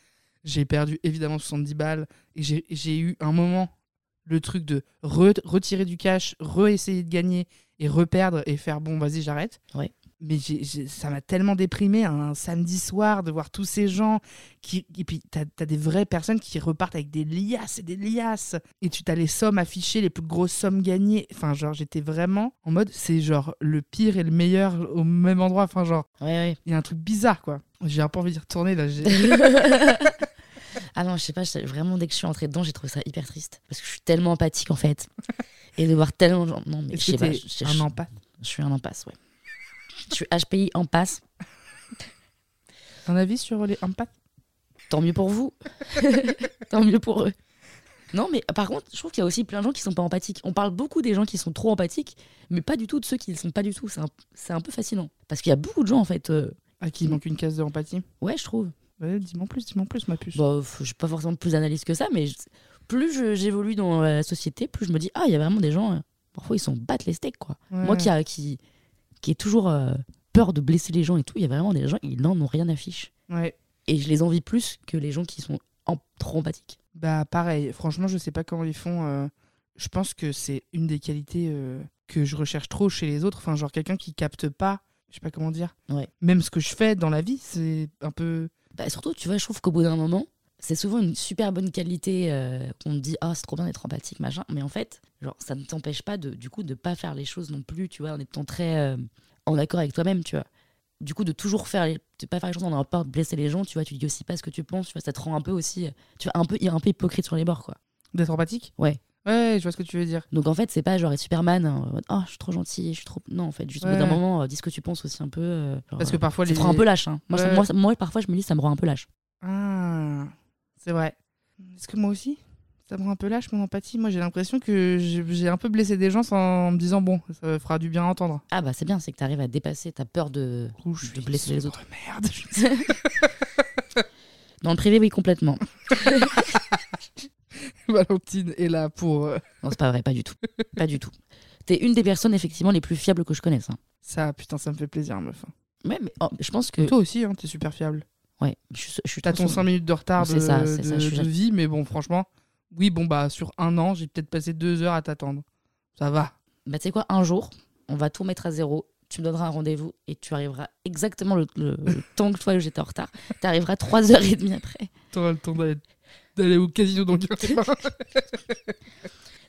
[SPEAKER 2] J'ai perdu évidemment 70 balles, et j'ai j'ai eu un moment le truc de re- retirer du cash, re-essayer de gagner et reperdre et faire bon, vas-y, j'arrête.
[SPEAKER 1] Ouais.
[SPEAKER 2] Mais j'ai- j'ai- ça m'a tellement déprimé un samedi soir de voir tous ces gens qui. Et puis, t'as as des vraies personnes qui repartent avec des liasses et des liasses. Et tu t'as les sommes affichées, les plus grosses sommes gagnées. Enfin, genre, j'étais vraiment en mode, c'est genre le pire et le meilleur au même endroit. Enfin, genre,
[SPEAKER 1] Ouais,
[SPEAKER 2] il y a un truc bizarre, quoi. J'ai un peu envie d'y retourner, là. j'ai-
[SPEAKER 1] ouais. ah non, je sais pas, je sais- vraiment, dès que je suis entrée dedans, j'ai trouvé ça hyper triste. Parce que je suis tellement empathique, en fait. Et de voir tellement de gens. Non, mais je
[SPEAKER 2] Est-ce
[SPEAKER 1] sais
[SPEAKER 2] que
[SPEAKER 1] pas.
[SPEAKER 2] t'es
[SPEAKER 1] Je, je-
[SPEAKER 2] un empath
[SPEAKER 1] je suis un impasse, ouais. je suis HPI en passe.
[SPEAKER 2] Un avis sur les empaths
[SPEAKER 1] Tant mieux pour vous. Tant mieux pour eux. Non, mais par contre, je trouve qu'il y a aussi plein de gens qui sont pas empathiques. On parle beaucoup des gens qui sont trop empathiques, mais pas du tout de ceux qui ne le sont pas du tout. C'est un, c'est un peu fascinant. Parce qu'il y a beaucoup de gens, en fait. euh,
[SPEAKER 2] À qui il Ah, manque une case de empathie
[SPEAKER 1] ouais, je trouve.
[SPEAKER 2] Mm. Ouais, dis-moi en plus, dis-moi en plus, ma puce.
[SPEAKER 1] Bah, f- j'ai pas forcément plus d'analyse que ça, mais je- plus je- j'évolue dans la société, plus je me dis ah, il y a vraiment des gens, euh, parfois ils s'en battent les steaks quoi.
[SPEAKER 2] Ouais.
[SPEAKER 1] Moi qui a, qui qui ai toujours euh, peur de blesser les gens et tout, il y a vraiment des gens ils n'en ont rien à fiche.
[SPEAKER 2] Ouais.
[SPEAKER 1] Et je les envie plus que les gens qui sont en- trop empathiques.
[SPEAKER 2] Bah pareil, franchement, je sais pas comment ils font. euh, je pense que c'est une des qualités euh, que je recherche trop chez les autres. Enfin, genre quelqu'un qui capte pas, je sais pas comment dire.
[SPEAKER 1] Ouais.
[SPEAKER 2] Même ce que je fais dans la vie, c'est un peu.
[SPEAKER 1] Bah, surtout, tu vois, je trouve qu'au bout d'un moment, c'est souvent une super bonne qualité euh, qu'on te dit ah c'est trop bien d'être empathique machin, mais en fait, genre ça ne t'empêche pas de du coup de pas faire les choses non plus, tu vois, en étant très euh, en accord avec toi-même, tu vois. Du coup, de toujours faire les, de pas faire les choses en peur de blesser les gens, tu vois, tu dis aussi pas ce que tu penses, tu vois, ça te rend un peu aussi, euh, tu vois, un peu, un peu hypocrite sur les bords, quoi.
[SPEAKER 2] d'être empathique.
[SPEAKER 1] Ouais.
[SPEAKER 2] Ouais, je vois ce que tu veux dire.
[SPEAKER 1] Donc en fait, c'est pas genre être Superman, hein, en mode, oh je suis trop gentil, je suis trop, non en fait, juste au bout
[SPEAKER 2] Ouais.
[SPEAKER 1] d'un moment, euh, dis ce que tu penses aussi un peu. euh, genre,
[SPEAKER 2] Parce que
[SPEAKER 1] euh,
[SPEAKER 2] parfois
[SPEAKER 1] ça
[SPEAKER 2] les.
[SPEAKER 1] te rend un peu lâche. hein. Moi, ça-
[SPEAKER 2] Ouais.
[SPEAKER 1] moi, ça- moi, parfois, je me dis ça me rend un peu lâche.
[SPEAKER 2] Ah, c'est vrai. Est-ce que moi aussi ça me rend un peu lâche mon empathie. Moi, j'ai l'impression que j'ai j'ai un peu blessé des gens sans en me disant bon, ça fera du bien à entendre.
[SPEAKER 1] Ah bah c'est bien, c'est que t'arrives à dépasser ta peur de
[SPEAKER 2] Ouh, je
[SPEAKER 1] de
[SPEAKER 2] suis
[SPEAKER 1] blesser les
[SPEAKER 2] sobre,
[SPEAKER 1] autres.
[SPEAKER 2] Merde.
[SPEAKER 1] Dans le privé, oui, complètement.
[SPEAKER 2] Valentine est là pour. euh,
[SPEAKER 1] Non, c'est pas vrai, pas du tout. Pas du tout. T'es une des personnes, effectivement, les plus fiables que je connaisse. hein.
[SPEAKER 2] Ça, putain, ça me fait plaisir, meuf.
[SPEAKER 1] Ouais, mais oh, je pense que.
[SPEAKER 2] Toi aussi, hein, t'es super fiable.
[SPEAKER 1] Ouais, je, suis- je suis
[SPEAKER 2] T'as
[SPEAKER 1] trop
[SPEAKER 2] ton
[SPEAKER 1] sobre.
[SPEAKER 2] 5 minutes de retard de,
[SPEAKER 1] C'est ça, c'est
[SPEAKER 2] de-
[SPEAKER 1] ça, je suis
[SPEAKER 2] de
[SPEAKER 1] là.
[SPEAKER 2] vie, mais bon, franchement, oui, bon, bah, sur un an, j'ai peut-être passé deux heures à t'attendre. Ça va.
[SPEAKER 1] Bah, tu sais quoi, un jour, on va tout mettre à zéro. Tu me donneras un rendez-vous et tu arriveras exactement le, le- le temps que toi j'étais en retard. Tu arriveras trois heures et demie après.
[SPEAKER 2] T'auras le temps d'aller, d'aller au casino dans le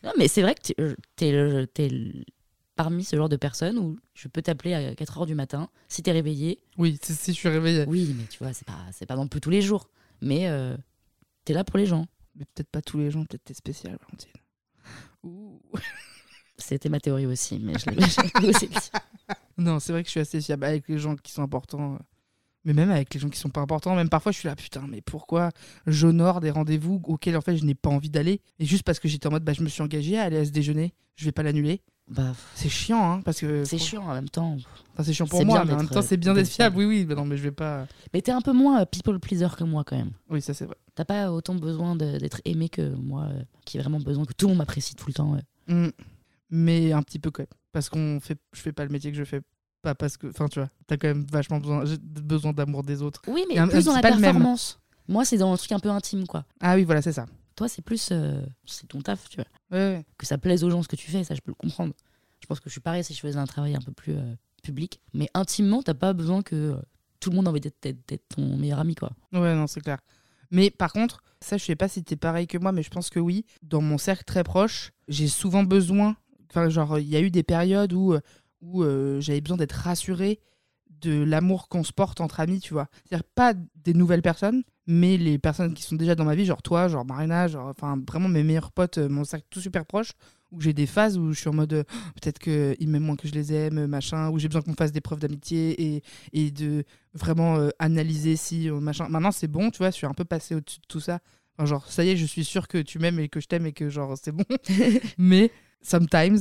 [SPEAKER 1] Non, mais c'est vrai que t'es, euh, t'es le- t'es le- parmi ce genre de personnes où je peux t'appeler à 4 heures du matin si t'es réveillé.
[SPEAKER 2] Oui, si si, je suis réveillé.
[SPEAKER 1] Oui, mais tu vois, c'est pas, c'est pas non plus tous les jours. Mais euh, t'es là pour les gens.
[SPEAKER 2] Mais peut-être pas tous les gens, peut-être t'es spécial, Valentine. Ouh.
[SPEAKER 1] C'était ma théorie aussi, mais je l'ai- je l'ai aussi dit.
[SPEAKER 2] Non, c'est vrai que je suis assez fiable avec les gens qui sont importants. euh, Mais même avec les gens qui sont pas importants, même parfois je suis là, putain, mais pourquoi j'honore des rendez-vous auxquels en fait je n'ai pas envie d'aller Et juste parce que j'étais en mode, bah je me suis engagé à aller à ce déjeuner, je vais pas l'annuler.
[SPEAKER 1] Bah, pff,
[SPEAKER 2] C'est chiant, hein, parce que.
[SPEAKER 1] c'est chiant en même temps.
[SPEAKER 2] Enfin, c'est chiant pour
[SPEAKER 1] C'est
[SPEAKER 2] moi,
[SPEAKER 1] bien
[SPEAKER 2] mais en même
[SPEAKER 1] d'être,
[SPEAKER 2] temps,
[SPEAKER 1] euh,
[SPEAKER 2] c'est bien
[SPEAKER 1] d'être
[SPEAKER 2] d'être fiable. Oui, oui, mais non, mais je vais pas.
[SPEAKER 1] Mais t'es un peu moins euh, people pleaser que moi quand même.
[SPEAKER 2] Oui, ça, c'est vrai.
[SPEAKER 1] T'as pas autant besoin de- d'être aimé que moi, euh, qui ai vraiment besoin que tout le monde m'apprécie tout le temps. euh. ouais.
[SPEAKER 2] Mm. Mais un petit peu quand même. Parce qu'on fait, je fais pas le métier que je fais. Pas parce que. Enfin, tu vois, t'as quand même vachement besoin, j'ai besoin d'amour des autres.
[SPEAKER 1] Oui, mais
[SPEAKER 2] Et un-
[SPEAKER 1] plus dans la
[SPEAKER 2] c'est pas le même.
[SPEAKER 1] performance. Moi, c'est dans un truc un peu intime, quoi.
[SPEAKER 2] Ah oui, voilà, c'est ça.
[SPEAKER 1] Toi, c'est plus. euh, c'est ton taf, tu vois.
[SPEAKER 2] Ouais, ouais.
[SPEAKER 1] Que ça plaise aux gens ce que tu fais, ça, je peux le comprendre. Je pense que je suis pareil si je faisais un travail un peu plus euh, public. Mais intimement, t'as pas besoin que euh, tout le monde ait envie d'être- d'être d'être ton meilleur ami, quoi.
[SPEAKER 2] Ouais, non, c'est clair. Mais par contre, ça, je sais pas si t'es pareil que moi, mais je pense que oui. Dans mon cercle très proche, j'ai souvent besoin. Enfin, genre, il y a eu des périodes où, euh, où euh, j'avais besoin d'être rassurée de l'amour qu'on se porte entre amis, tu vois. C'est-à-dire pas des nouvelles personnes, mais les personnes qui sont déjà dans ma vie, genre toi, genre Marina, genre, enfin, vraiment mes meilleurs potes, euh, mon cercle tout super proche, où j'ai des phases où je suis en mode euh, Oh, peut-être qu'ils m'aiment moins que je les aime, machin, où j'ai besoin qu'on me fasse des preuves d'amitié et, et de vraiment euh, analyser si euh, machin. Maintenant, c'est bon, tu vois, je suis un peu passé au-dessus de tout ça. Enfin, genre, ça y est, je suis sûr que tu m'aimes et que je t'aime et que genre, c'est bon. Mais sometimes,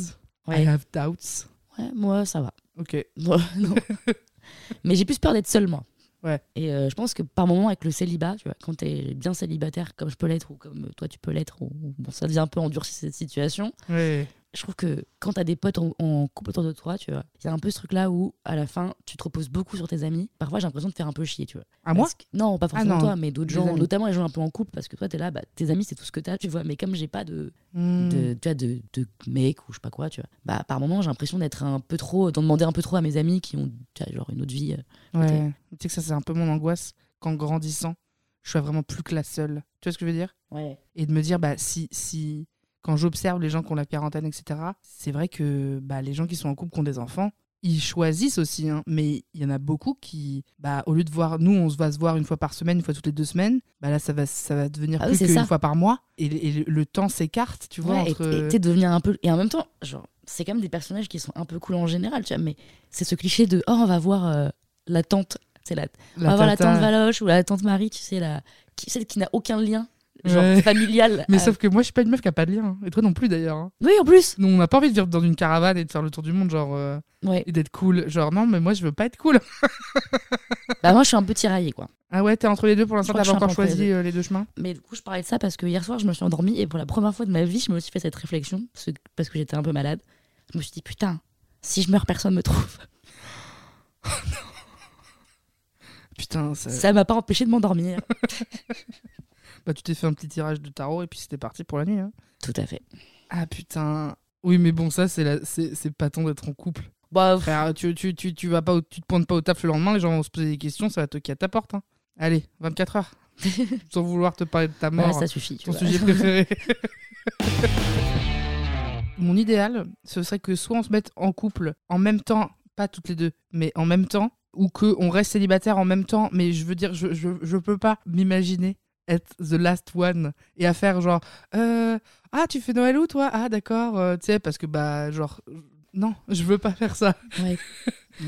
[SPEAKER 2] I
[SPEAKER 1] Ouais.
[SPEAKER 2] have doubts.
[SPEAKER 1] Ouais, moi, ça va.
[SPEAKER 2] Ok.
[SPEAKER 1] Moi, non. Mais j'ai plus peur d'être seule, moi.
[SPEAKER 2] Ouais.
[SPEAKER 1] Et euh, je pense que par moment, avec le célibat, tu vois, quand t'es bien célibataire, comme je peux l'être, ou comme toi, tu peux l'être, ou ou- bon, ça devient un peu endurci cette situation.
[SPEAKER 2] Ouais.
[SPEAKER 1] Je trouve que quand t'as des potes en, en couple autour de toi, tu vois, il y a un peu ce truc-là où, à la fin, tu te reposes beaucoup sur tes amis. Parfois, j'ai l'impression de faire un peu chier, tu vois.
[SPEAKER 2] À moi
[SPEAKER 1] Parce
[SPEAKER 2] Ah
[SPEAKER 1] que- Non, pas forcément
[SPEAKER 2] non.
[SPEAKER 1] toi, mais d'autres
[SPEAKER 2] Les
[SPEAKER 1] gens,
[SPEAKER 2] amis.
[SPEAKER 1] notamment les gens un peu en couple, parce que toi, t'es là, bah, tes amis, c'est tout ce que t'as, tu vois. Mais comme j'ai pas de,
[SPEAKER 2] Hmm.
[SPEAKER 1] de, tu vois, de, de mec ou je sais pas quoi, tu vois. Bah, par moment, j'ai l'impression d'être un peu trop, d'en demander un peu trop à mes amis qui ont, tu vois, genre une autre vie. euh.
[SPEAKER 2] Ouais. Tu sais que ça, c'est un peu mon angoisse qu'en grandissant, je sois vraiment plus que la seule. Tu vois ce que je veux dire Et de me dire, bah, si, si, quand j'observe les gens qui ont la quarantaine, etc., c'est vrai que bah, les gens qui sont en couple, qui ont des enfants, ils choisissent aussi, hein, mais il y en a beaucoup qui, bah, au lieu de voir, nous, on se va se voir une fois par semaine, une fois toutes les deux semaines, bah là, ça va, ça va devenir
[SPEAKER 1] Ah oui,
[SPEAKER 2] plus
[SPEAKER 1] c'est
[SPEAKER 2] qu'une
[SPEAKER 1] ça.
[SPEAKER 2] fois par mois, et, le- et le- le temps s'écarte, tu vois,
[SPEAKER 1] Ouais, et-
[SPEAKER 2] entre...
[SPEAKER 1] et t'es devenir un peu. Et en même temps, genre, c'est quand même des personnages qui sont un peu cool en général, tu vois. Mais c'est ce cliché de, oh, on va voir euh, la tante, c'est la, on
[SPEAKER 2] la
[SPEAKER 1] va voir la
[SPEAKER 2] tata.
[SPEAKER 1] tante Valoche ou la tante Marie, tu sais, la, qui, celle qui n'a aucun lien, genre
[SPEAKER 2] Ouais.
[SPEAKER 1] familial.
[SPEAKER 2] Mais
[SPEAKER 1] à-
[SPEAKER 2] sauf que moi, je suis pas une meuf qui a pas de lien, hein. et toi non plus d'ailleurs. hein.
[SPEAKER 1] Oui, en plus.
[SPEAKER 2] Nous, on n'a pas envie de vivre dans une caravane et de faire le tour du monde, genre. euh,
[SPEAKER 1] Ouais.
[SPEAKER 2] et d'être cool. Genre, non, mais moi, je veux pas être cool.
[SPEAKER 1] bah, moi, je suis un peu tiraillée, quoi.
[SPEAKER 2] Ah ouais, t'es entre les deux pour l'instant,
[SPEAKER 1] Je crois
[SPEAKER 2] t'as
[SPEAKER 1] que
[SPEAKER 2] pas encore
[SPEAKER 1] je suis un peu entre
[SPEAKER 2] choisi
[SPEAKER 1] les
[SPEAKER 2] euh, les deux chemins
[SPEAKER 1] Mais du coup, je parlais de ça parce que hier soir, je me suis endormie et pour la première fois de ma vie, je me suis fait cette réflexion parce que, parce que j'étais un peu malade. Je me suis dit, putain, si je meurs, personne me trouve.
[SPEAKER 2] Putain, ça...
[SPEAKER 1] Ça m'a pas empêché de m'endormir.
[SPEAKER 2] Bah, tu t'es fait un petit tirage de tarot et puis c'était parti pour la nuit. hein.
[SPEAKER 1] Tout à fait.
[SPEAKER 2] Ah putain. Oui, mais bon, ça, c'est la... c'est c'est pas tant d'être en couple.
[SPEAKER 1] Bah, pff,
[SPEAKER 2] Frère, tu, tu, tu, tu vas pas au- tu te pointes pas au taf le lendemain, les gens vont se poser des questions, ça va toquer à ta porte. hein. Allez, 24 heures. Sans vouloir te parler de ta
[SPEAKER 1] voilà,
[SPEAKER 2] mort.
[SPEAKER 1] ça suffit. tu
[SPEAKER 2] Ton
[SPEAKER 1] vois.
[SPEAKER 2] sujet préféré. Mon idéal, ce serait que soit on se mette en couple en même temps, pas toutes les deux, mais en même temps, ou que on reste célibataire en même temps. Mais je veux dire, je, je, je peux pas m'imaginer être the last one et à faire genre euh, ah tu fais Noël où toi ah d'accord euh, tu sais parce que bah genre non je veux pas faire ça
[SPEAKER 1] Ouais.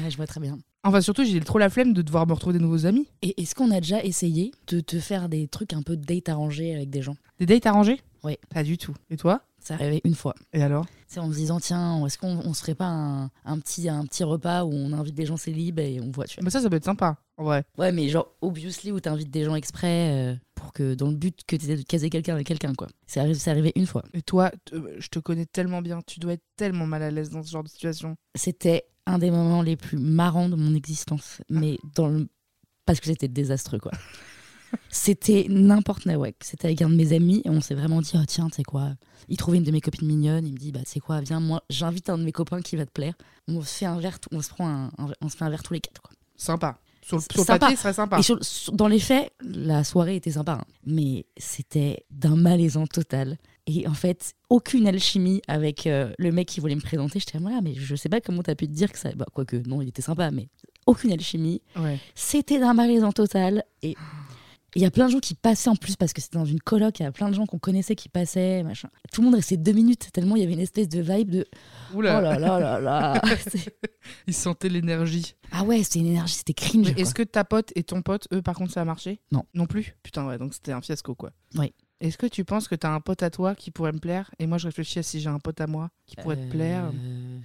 [SPEAKER 1] Ouais, je vois très bien.
[SPEAKER 2] enfin surtout j'ai trop la flemme de devoir me retrouver des nouveaux amis
[SPEAKER 1] Et est-ce qu'on a déjà essayé de te faire des trucs un peu date arrangés avec des gens
[SPEAKER 2] des dates arrangées
[SPEAKER 1] Oui.
[SPEAKER 2] pas du tout et toi
[SPEAKER 1] Ça arrivait une fois.
[SPEAKER 2] et alors
[SPEAKER 1] C'est en se disant, tiens, est-ce qu'on on se ferait pas un, un petit, un petit repas où on invite des gens célibes et on voit, tu vois.
[SPEAKER 2] bah ça ça peut être sympa en vrai
[SPEAKER 1] Ouais, mais genre, obviously, où t'invites des gens exprès euh, pour que, dans le but que t'essaies de caser quelqu'un avec quelqu'un, quoi. C'est arrivé, c'est arrivé une fois.
[SPEAKER 2] Et toi, t- euh, je te connais tellement bien, tu dois être tellement mal à l'aise dans ce genre de situation.
[SPEAKER 1] C'était un des moments les plus marrants de mon existence, mais dans le... parce que c'était désastreux, quoi. C'était n'importe quoi, ouais. C'était avec un de mes amis et on s'est vraiment dit, oh tiens, tu sais quoi. Il trouvait une de mes copines mignonne, il me dit, bah tu sais quoi, viens, moi, j'invite un de mes copains qui va te plaire. On se fait un verre, t- on se prend un, un- on se fait un verre tous les quatre, quoi.
[SPEAKER 2] Sympa. Sur le,
[SPEAKER 1] C'est
[SPEAKER 2] sur le
[SPEAKER 1] sympa.
[SPEAKER 2] papier, ce serait sympa.
[SPEAKER 1] Et sur- sur- dans les faits, la soirée était sympa, hein. mais c'était d'un malaisant total. Et en fait, aucune alchimie avec euh, le mec qui voulait me présenter. J'étais là, mais je sais pas comment t'as pu te dire que ça. Bah, quoique, non, il était sympa, mais aucune alchimie.
[SPEAKER 2] Ouais.
[SPEAKER 1] C'était d'un malaisant total. Et il y a plein de gens qui passaient en plus parce que c'était dans une coloc. Il y a plein de gens qu'on connaissait qui passaient, machin. Tout le monde restait deux minutes tellement il y avait une espèce de vibe de
[SPEAKER 2] Oula,
[SPEAKER 1] oh là là là là. C'est-
[SPEAKER 2] il sentait l'énergie.
[SPEAKER 1] ah ouais, c'était une énergie, c'était cringe.
[SPEAKER 2] Mais
[SPEAKER 1] quoi.
[SPEAKER 2] Est-ce que ta pote et ton pote, eux, par contre, ça a marché
[SPEAKER 1] Non.
[SPEAKER 2] Non plus Putain, ouais, donc c'était un fiasco, quoi.
[SPEAKER 1] Ouais.
[SPEAKER 2] Est-ce que tu penses que t'as un pote à toi qui pourrait me plaire Et moi, je réfléchis à si j'ai un pote à moi qui pourrait te plaire.
[SPEAKER 1] Euh,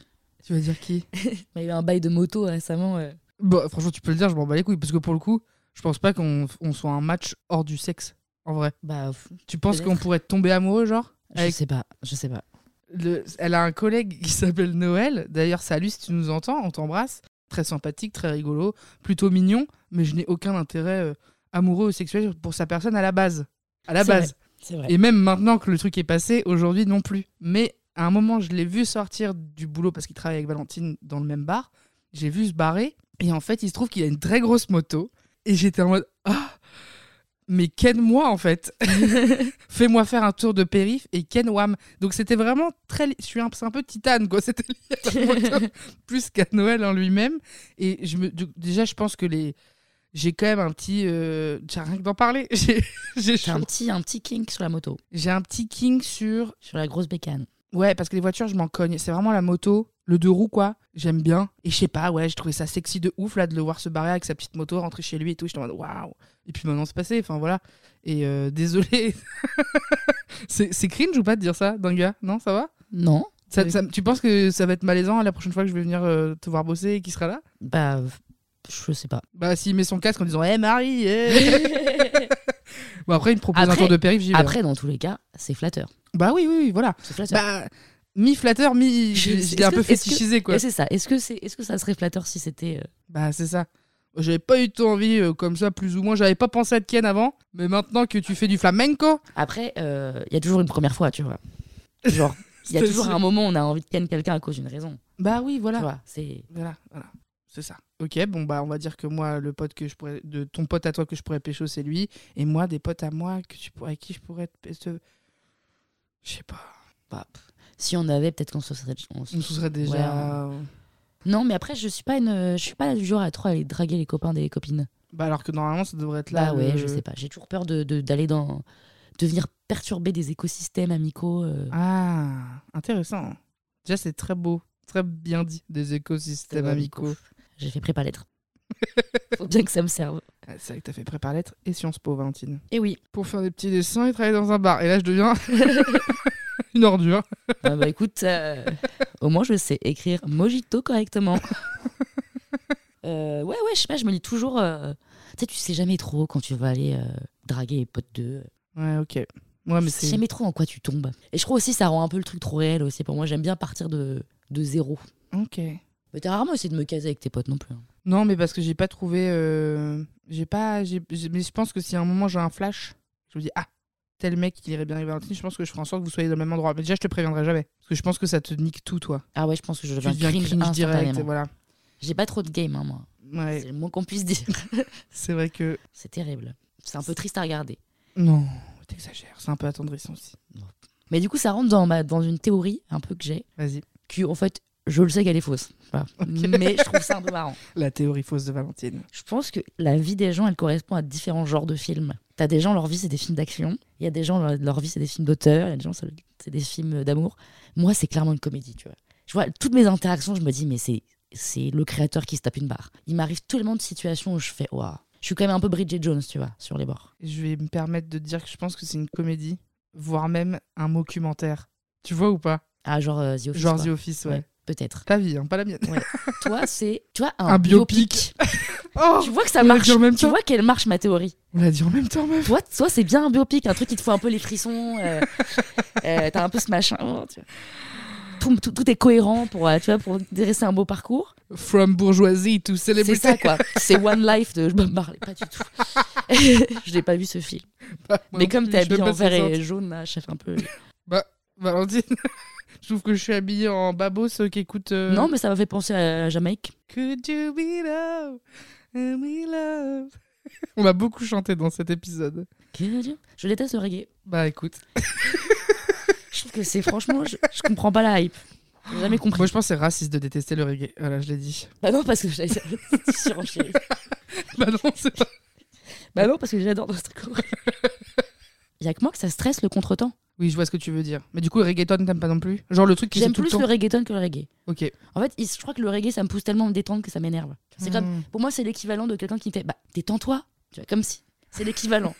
[SPEAKER 2] Tu veux dire qui
[SPEAKER 1] Il y a eu un bail de moto récemment. euh,
[SPEAKER 2] Bah, franchement, tu peux le dire, je m'en bats les couilles, parce que pour le coup, je pense pas qu'on on soit un match hors du sexe, en vrai.
[SPEAKER 1] Bah, pff,
[SPEAKER 2] Tu penses
[SPEAKER 1] Peut-être.
[SPEAKER 2] qu'on pourrait tomber amoureux, genre
[SPEAKER 1] je
[SPEAKER 2] Avec-
[SPEAKER 1] sais pas, je sais pas.
[SPEAKER 2] Le- elle a un collègue qui s'appelle Noël. D'ailleurs, salut si tu nous entends, on t'embrasse. Très sympathique, très rigolo, plutôt mignon, mais je n'ai aucun intérêt euh, amoureux ou sexuel pour sa personne à la base. À la
[SPEAKER 1] C'est vrai,
[SPEAKER 2] base.
[SPEAKER 1] C'est vrai.
[SPEAKER 2] Et même maintenant que le truc est passé, aujourd'hui non plus. Mais à un moment, je l'ai vu sortir du boulot parce qu'il travaille avec Valentine dans le même bar. J'ai vu se barrer. Et en fait, il se trouve qu'il a une très grosse moto. Et j'étais en mode Ah Mais ken-moi en fait Fais-moi faire un tour de périph' et ken-wam. Donc c'était vraiment très. li- Je suis un, c'est un peu titane quoi. C'était lié à la moto plus qu'à Noël en lui-même. Et je me, du- déjà, je pense que les. J'ai quand même un petit. euh, J'ai rien que d'en parler. J'ai
[SPEAKER 1] J'ai
[SPEAKER 2] j'ai chaud.
[SPEAKER 1] un petit, un petit kink sur la moto,
[SPEAKER 2] J'ai un petit king sur
[SPEAKER 1] sur la grosse bécane.
[SPEAKER 2] Ouais, parce que les voitures, je m'en cogne. C'est vraiment la moto, le deux roues, quoi. J'aime bien. Et je sais pas, ouais, j'ai trouvé ça sexy de ouf, là, de le voir se barrer avec sa petite moto, rentrer chez lui et tout. J'étais en mode waouh. Et puis maintenant, c'est passé. Enfin, voilà. Et euh, désolé. c'est c'est cringe ou pas de dire ça d'un gars Non, ça va
[SPEAKER 1] Non.
[SPEAKER 2] Ça- ça- Tu penses que ça va être malaisant la prochaine fois que je vais venir euh, te voir bosser et qu'il sera là
[SPEAKER 1] Bah, je sais pas.
[SPEAKER 2] Bah, s'il met son casque en disant Hé Marie eh Bon, après, il me propose un
[SPEAKER 1] Après-
[SPEAKER 2] tour de périph', j'y vais.
[SPEAKER 1] Après, dans tous les cas, c'est flatteur.
[SPEAKER 2] Bah oui, oui, oui, voilà.
[SPEAKER 1] C'est flatteur.
[SPEAKER 2] Bah, mi-flatteur, mi.
[SPEAKER 1] Je-
[SPEAKER 2] Je je l'ai
[SPEAKER 1] est-ce
[SPEAKER 2] un
[SPEAKER 1] que-
[SPEAKER 2] peu
[SPEAKER 1] est-ce que-
[SPEAKER 2] fétichisé, quoi.
[SPEAKER 1] Et c'est ça. Est-ce que, c'est, est-ce que ça serait flatteur si c'était. euh,
[SPEAKER 2] Bah, c'est ça. J'avais pas eu tant envie euh, comme ça, plus ou moins. J'avais pas pensé à Ken avant, mais maintenant que tu fais du flamenco,
[SPEAKER 1] Après, euh, il y a toujours une première fois, tu vois. Genre, il y a
[SPEAKER 2] C'est-
[SPEAKER 1] toujours un moment où on a envie de ken quelqu'un à cause d'une raison.
[SPEAKER 2] Bah oui, voilà.
[SPEAKER 1] Tu vois, c'est.
[SPEAKER 2] Voilà, voilà. C'est ça. Ok, bon, bah, on va dire que moi, le pote que je pourrais. De ton pote à toi que je pourrais pécho, c'est lui. Et moi, des potes à moi que tu pourrais, avec qui je pourrais te. pé- Je sais pas.
[SPEAKER 1] bah, pff. si on avait, peut-être qu'on se serait. on se-
[SPEAKER 2] On se serait
[SPEAKER 1] Ouais,
[SPEAKER 2] déjà.
[SPEAKER 1] Non, mais après, je suis pas une, je suis pas du genre à trop aller draguer les copains des copines.
[SPEAKER 2] Bah, alors que normalement, ça devrait être là.
[SPEAKER 1] Là, Bah ouais,
[SPEAKER 2] le-
[SPEAKER 1] je sais pas. J'ai toujours peur de, de- d'aller dans, de venir perturber des écosystèmes amicaux. euh.
[SPEAKER 2] Ah, intéressant. Déjà, c'est très beau. Très bien dit. Des écosystèmes amicaux.
[SPEAKER 1] J'ai fait prépa lettres. Faut bien que ça me serve.
[SPEAKER 2] Ah, C'est vrai que t'as fait prépa lettres et Sciences Po, Valentine.
[SPEAKER 1] Et oui.
[SPEAKER 2] Pour faire des petits dessins et travailler dans un bar. Et là, je deviens une ordure.
[SPEAKER 1] Ah bah écoute, euh, au moins je sais écrire mojito correctement. Euh, ouais, ouais, je sais pas, je me dis toujours. euh, Tu sais, tu sais jamais trop quand tu vas aller euh, draguer les potes de.
[SPEAKER 2] Ouais, ok. Ouais, Ah, mais
[SPEAKER 1] tu sais
[SPEAKER 2] c'est.
[SPEAKER 1] jamais trop en quoi tu tombes. Et je crois aussi ça rend un peu le truc trop réel aussi. Pour moi, j'aime bien partir de, de zéro.
[SPEAKER 2] Ok.
[SPEAKER 1] Mais t'as rarement essayé de me caser avec tes potes non plus. hein.
[SPEAKER 2] Non, mais parce que j'ai pas trouvé. euh, J'ai pas. j'ai- j'ai- Mais je pense que si à un moment j'ai un flash, je me dis Ah, tel mec qui irait bien avec Valentine, je pense que je ferai en sorte que vous soyez dans le même endroit. Mais déjà, je te préviendrai jamais. Parce que je pense que ça te nique tout, toi.
[SPEAKER 1] Ah ouais, je pense que je
[SPEAKER 2] Tu
[SPEAKER 1] deviens
[SPEAKER 2] deviens
[SPEAKER 1] cringe,
[SPEAKER 2] cringe direct.
[SPEAKER 1] instantanément.
[SPEAKER 2] Voilà.
[SPEAKER 1] J'ai pas trop de game, hein, moi.
[SPEAKER 2] Ouais,
[SPEAKER 1] C'est le moins qu'on puisse dire.
[SPEAKER 2] c'est vrai que.
[SPEAKER 1] C'est terrible. C'est un peu triste à regarder.
[SPEAKER 2] Non, t'exagères. C'est un peu attendrissant aussi.
[SPEAKER 1] Mais du coup, ça rentre dans, ma, dans une théorie un peu que j'ai,
[SPEAKER 2] Vas-y.
[SPEAKER 1] que en fait, je le sais qu'elle est fausse. Voilà. Mais je trouve ça un peu marrant.
[SPEAKER 2] La théorie fausse de Valentine.
[SPEAKER 1] Je pense que la vie des gens, elle correspond à différents genres de films. T'as des gens, leur vie, c'est des films d'action. Il y a des gens, leur, leur vie, c'est des films d'auteur. Il y a des gens, ça- c'est des films d'amour. Moi, c'est clairement une comédie, tu vois. Je vois toutes mes interactions, je me dis, mais c'est c'est le créateur qui se tape une barre. Il m'arrive tellement de situations où je fais, waouh. Je suis quand même un peu Bridget Jones, tu vois, sur les bords.
[SPEAKER 2] Je vais me permettre de dire que je pense que c'est une comédie, voire même un mockumentaire. Tu vois ou pas
[SPEAKER 1] Ah, genre euh, The Office.
[SPEAKER 2] Genre
[SPEAKER 1] quoi.
[SPEAKER 2] The Office, ouais.
[SPEAKER 1] Ouais, Peut-être.
[SPEAKER 2] Ta vie, hein, pas la mienne.
[SPEAKER 1] Toi, c'est. Tu vois, un,
[SPEAKER 2] Un biopic.
[SPEAKER 1] biopic.
[SPEAKER 2] Oh
[SPEAKER 1] Tu vois que ça
[SPEAKER 2] On l'a
[SPEAKER 1] marche.
[SPEAKER 2] dit en même
[SPEAKER 1] tu
[SPEAKER 2] temps.
[SPEAKER 1] vois qu'elle marche, ma théorie.
[SPEAKER 2] On l'a dit en même temps, meuf.
[SPEAKER 1] Toi, toi c'est bien un biopic, un truc qui te faut un peu les frissons. euh, euh, T'as un peu ce machin. oh, tu vois. Tout, tout- tout est cohérent pour, euh, tu vois, pour dresser un beau parcours.
[SPEAKER 2] From bourgeoisie to
[SPEAKER 1] C'est
[SPEAKER 2] célébrité.
[SPEAKER 1] ça, quoi. C'est One Life de Je me parlais pas du tout. je n'ai pas vu ce film.
[SPEAKER 2] Bah, moi
[SPEAKER 1] Mais
[SPEAKER 2] non
[SPEAKER 1] comme
[SPEAKER 2] plus,
[SPEAKER 1] t'es
[SPEAKER 2] je sais
[SPEAKER 1] habillé
[SPEAKER 2] pas
[SPEAKER 1] en
[SPEAKER 2] ce
[SPEAKER 1] vert
[SPEAKER 2] que
[SPEAKER 1] et
[SPEAKER 2] c'est.
[SPEAKER 1] jaune, là, je sais un peu.
[SPEAKER 2] Bah, Valentine, je trouve que je suis habillée en babos euh, qui écoute. euh,
[SPEAKER 1] Non, mais ça m'a fait penser à Jamaïque.
[SPEAKER 2] Could you be love? And we love. On a beaucoup chanté dans cet épisode.
[SPEAKER 1] Je déteste le reggae.
[SPEAKER 2] Bah écoute.
[SPEAKER 1] Je trouve que c'est franchement, je, je comprends pas la hype. J'ai jamais compris.
[SPEAKER 2] Moi je pense que c'est raciste de détester le reggae. Voilà, je l'ai dit.
[SPEAKER 1] Bah non, parce que j'allais dire- surenchérie.
[SPEAKER 2] bah non, c'est pas.
[SPEAKER 1] Bah non, parce que j'adore dans ce truc. Il y a que moi que ça stresse le contretemps.
[SPEAKER 2] Oui, je vois ce que tu veux dire. Mais du coup, le reggaeton, t'aimes pas non plus Genre le truc qui
[SPEAKER 1] J'aime
[SPEAKER 2] joue tout
[SPEAKER 1] plus
[SPEAKER 2] le
[SPEAKER 1] le,
[SPEAKER 2] temps.
[SPEAKER 1] reggaeton que le reggae.
[SPEAKER 2] Ok.
[SPEAKER 1] En fait, il- je crois que le reggae, ça me pousse tellement à me détendre que ça m'énerve. C'est comme,
[SPEAKER 2] Hmm.
[SPEAKER 1] pour moi, c'est l'équivalent de quelqu'un qui me fait, bah, détends-toi. Tu vois, comme si. C'est l'équivalent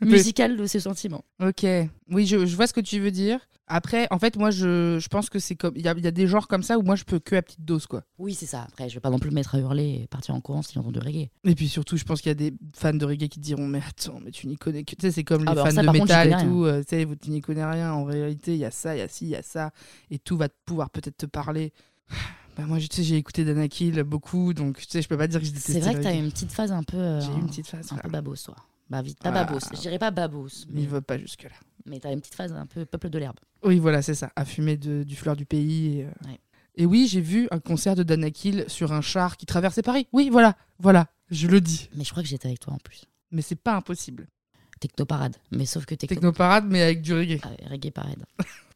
[SPEAKER 2] Mais-
[SPEAKER 1] musical de ses sentiments.
[SPEAKER 2] Ok. Oui, je, je vois ce que tu veux dire. Après, en fait, moi, je, je pense que c'est comme. Il y a, il y a des genres comme ça où moi, je peux que à petite dose, quoi.
[SPEAKER 1] Oui, c'est ça. Après, je vais pas non plus me mettre à hurler et partir en courant s'il entend du reggae.
[SPEAKER 2] Et puis surtout, je pense qu'il y a des fans de reggae qui te diront Mais attends, mais tu n'y connais que. Tu sais, c'est comme
[SPEAKER 1] Ah
[SPEAKER 2] les
[SPEAKER 1] bah alors
[SPEAKER 2] fans
[SPEAKER 1] ça,
[SPEAKER 2] de
[SPEAKER 1] par contre, j'y
[SPEAKER 2] métal et
[SPEAKER 1] connais rien.
[SPEAKER 2] tout. euh, tu sais, vous- tu n'y connais rien. En réalité, il y a ça, il y a ci, il y a ça. Et tout va te pouvoir peut-être te parler. Bah, moi, je- tu sais, j'ai écouté Dana Kill beaucoup, donc tu sais, je peux pas dire que je déteste
[SPEAKER 1] C'est vrai que t'as une petite phase un peu. euh,
[SPEAKER 2] J'ai eu une petite phase.
[SPEAKER 1] Un peu babos, toi. Bah, vite, pas
[SPEAKER 2] Ah.
[SPEAKER 1] babos. Je dirais pas babos.
[SPEAKER 2] Mais
[SPEAKER 1] Mais,
[SPEAKER 2] il va pas jusque-là.
[SPEAKER 1] mais t'as une petite phase un peu peuple de l'herbe.
[SPEAKER 2] Oui, voilà, c'est ça, à fumer de- du fleur du pays. Et, euh.
[SPEAKER 1] Ouais.
[SPEAKER 2] Et oui, j'ai vu un concert de Danakil sur un char qui traversait Paris. Oui, voilà, voilà, je le dis.
[SPEAKER 1] Mais je crois que j'étais avec toi en plus.
[SPEAKER 2] Mais c'est pas impossible.
[SPEAKER 1] Technoparade. Mais sauf que techno.
[SPEAKER 2] Technoparade, mais avec du reggae.
[SPEAKER 1] Ah ouais, reggae parade.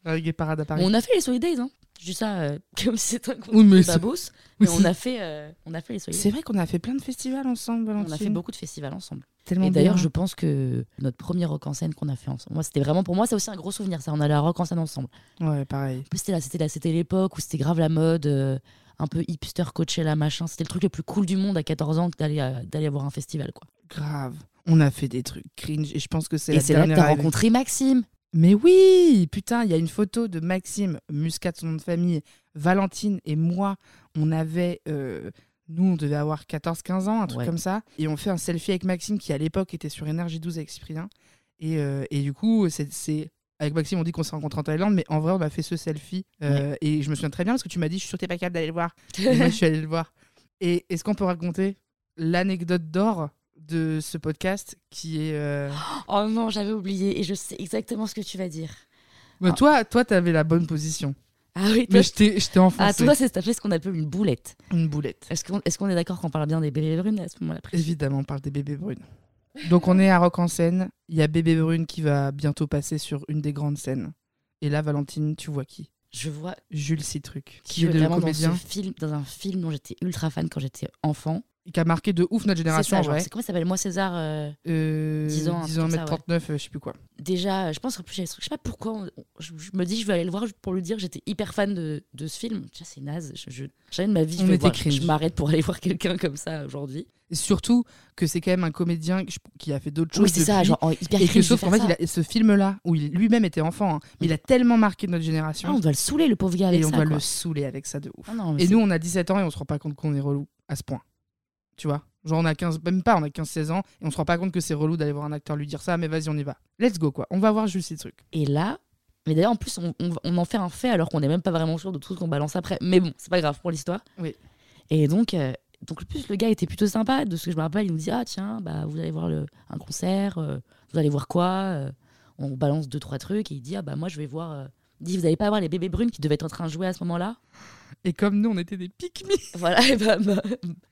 [SPEAKER 2] Reggae parade à Paris.
[SPEAKER 1] On a fait les Solidays, hein. Je dis ça euh, comme si c'était un groupe
[SPEAKER 2] Oui, mais
[SPEAKER 1] de
[SPEAKER 2] c'est-
[SPEAKER 1] babous, mais on a fait, euh, on a fait les
[SPEAKER 2] C'est
[SPEAKER 1] soyeux.
[SPEAKER 2] vrai qu'on a fait plein de festivals ensemble,
[SPEAKER 1] On
[SPEAKER 2] Valentine.
[SPEAKER 1] a fait beaucoup de festivals ensemble.
[SPEAKER 2] Tellement
[SPEAKER 1] et d'ailleurs,
[SPEAKER 2] bien.
[SPEAKER 1] je pense que notre premier rock en scène qu'on a fait ensemble, moi, c'était vraiment pour moi, c'est aussi un gros souvenir. Ça, on allait à rock en scène ensemble.
[SPEAKER 2] Ouais, pareil.
[SPEAKER 1] En plus, c'était là, c'était là, c'était l'époque où c'était grave la mode, euh, un peu hipster, Coachella, machin. C'était le truc le plus cool du monde à 14 ans que d'aller à- d'aller voir un festival, quoi.
[SPEAKER 2] Grave. On a fait des trucs cringe et je pense que c'est
[SPEAKER 1] Et
[SPEAKER 2] la
[SPEAKER 1] c'est là que
[SPEAKER 2] dernière
[SPEAKER 1] t'as
[SPEAKER 2] avec-
[SPEAKER 1] rencontré Maxime.
[SPEAKER 2] Mais oui, putain, il y a une photo de Maxime Muscat, son nom de famille, Valentine et moi. On avait, euh, nous, on devait avoir 14-15 ans, un truc
[SPEAKER 1] Ouais.
[SPEAKER 2] comme ça. Et on fait un selfie avec Maxime qui, à l'époque, était sur Énergie 12 avec Cyprien. Et, euh, et du coup, c'est- c'est. Avec Maxime, on dit qu'on s'est rencontrés en Thaïlande, mais en vrai, on a fait ce selfie. Euh, Et je me souviens très bien parce que tu m'as dit, je suis sûr que t'es pas capable d'aller le voir. Et moi, je suis allée le voir. Et est-ce qu'on peut raconter l'anecdote d'or de ce podcast qui est. euh,
[SPEAKER 1] Oh non, j'avais oublié et je sais exactement ce que tu vas dire.
[SPEAKER 2] Bah,
[SPEAKER 1] Ah.
[SPEAKER 2] Toi, toi, t'avais la bonne position.
[SPEAKER 1] Ah oui, toi,
[SPEAKER 2] Mais je t'ai, je t'ai enfoncé.
[SPEAKER 1] ah, toi, c'est t'as fait ce qu'on appelle une boulette.
[SPEAKER 2] Une boulette.
[SPEAKER 1] Est-ce qu'on est, qu'on est d'accord qu'on parle bien des bébés brunes à ce moment-là après
[SPEAKER 2] Évidemment, on parle des bébés brunes. Donc on est à Rock en scène. Il y a Bébé Brune qui va bientôt passer sur une des grandes scènes. Et là, Valentine, tu vois qui
[SPEAKER 1] Je vois
[SPEAKER 2] Jules Citruc, qui
[SPEAKER 1] qui
[SPEAKER 2] est le
[SPEAKER 1] vraiment dans, ce
[SPEAKER 2] comédien
[SPEAKER 1] film, dans un film dont j'étais ultra fan quand j'étais enfant.
[SPEAKER 2] qui a marqué de ouf notre
[SPEAKER 1] C'est
[SPEAKER 2] génération
[SPEAKER 1] ça,
[SPEAKER 2] en
[SPEAKER 1] genre,
[SPEAKER 2] vrai.
[SPEAKER 1] c'est comment il s'appelle Moi César. euh,
[SPEAKER 2] Euh,
[SPEAKER 1] 10 ans, un truc
[SPEAKER 2] 10 ans,
[SPEAKER 1] comme ça,
[SPEAKER 2] 1m39, euh, je sais plus quoi.
[SPEAKER 1] déjà, euh, je pense en plus, j'avais ce truc- je sais pas pourquoi, on- on- je, je me dis, je vais aller le voir pour lui dire, j'étais hyper fan de, de ce film. Tiens, c'est naze, je, je, jamais de ma vie, je,
[SPEAKER 2] On
[SPEAKER 1] vais
[SPEAKER 2] était
[SPEAKER 1] voir- je- je
[SPEAKER 2] cringe.
[SPEAKER 1] m'arrête pour aller voir quelqu'un comme ça aujourd'hui.
[SPEAKER 2] Et surtout que c'est quand même un comédien qui- qui a fait d'autres choses.
[SPEAKER 1] Oui, c'est ça,
[SPEAKER 2] depuis.
[SPEAKER 1] genre en- hyper
[SPEAKER 2] Et que
[SPEAKER 1] cringe de
[SPEAKER 2] sauf
[SPEAKER 1] faire
[SPEAKER 2] qu'en fait,
[SPEAKER 1] ça.
[SPEAKER 2] il a- ce film-là, où il lui-même était enfant, hein, mais il a tellement marqué notre génération.
[SPEAKER 1] Ah, on doit le saouler, le pauvre gars, avec
[SPEAKER 2] et on
[SPEAKER 1] ça,
[SPEAKER 2] doit
[SPEAKER 1] quoi.
[SPEAKER 2] le saouler avec ça de ouf.
[SPEAKER 1] Ah non, mais
[SPEAKER 2] Et
[SPEAKER 1] c'est-
[SPEAKER 2] nous, on a 17 ans et on se rend pas compte qu'on est relou à ce point. Tu vois Genre, on a 15, même pas, on a 15-16 ans et on se rend pas compte que c'est relou d'aller voir un acteur lui dire ça, mais vas-y, on y va. Let's go, quoi. On va voir juste ces trucs.
[SPEAKER 1] Et là, mais d'ailleurs, en plus, on, on- on en fait un fait alors qu'on n'est même pas vraiment sûr de tout ce qu'on balance après. Mais bon, c'est pas grave pour l'histoire.
[SPEAKER 2] Oui.
[SPEAKER 1] Et donc, euh, donc, en plus, le gars était plutôt sympa. De ce que je me rappelle, il nous dit Ah, tiens, bah, vous allez voir le, un concert, euh, vous allez voir quoi euh, On balance deux, trois trucs. Et il dit Ah, bah, moi, je vais voir. euh, il dit Vous allez pas voir les bébés brunes qui devaient être en train de jouer à ce moment-là
[SPEAKER 2] Et comme nous, on était des pique
[SPEAKER 1] Voilà, et bah, ma-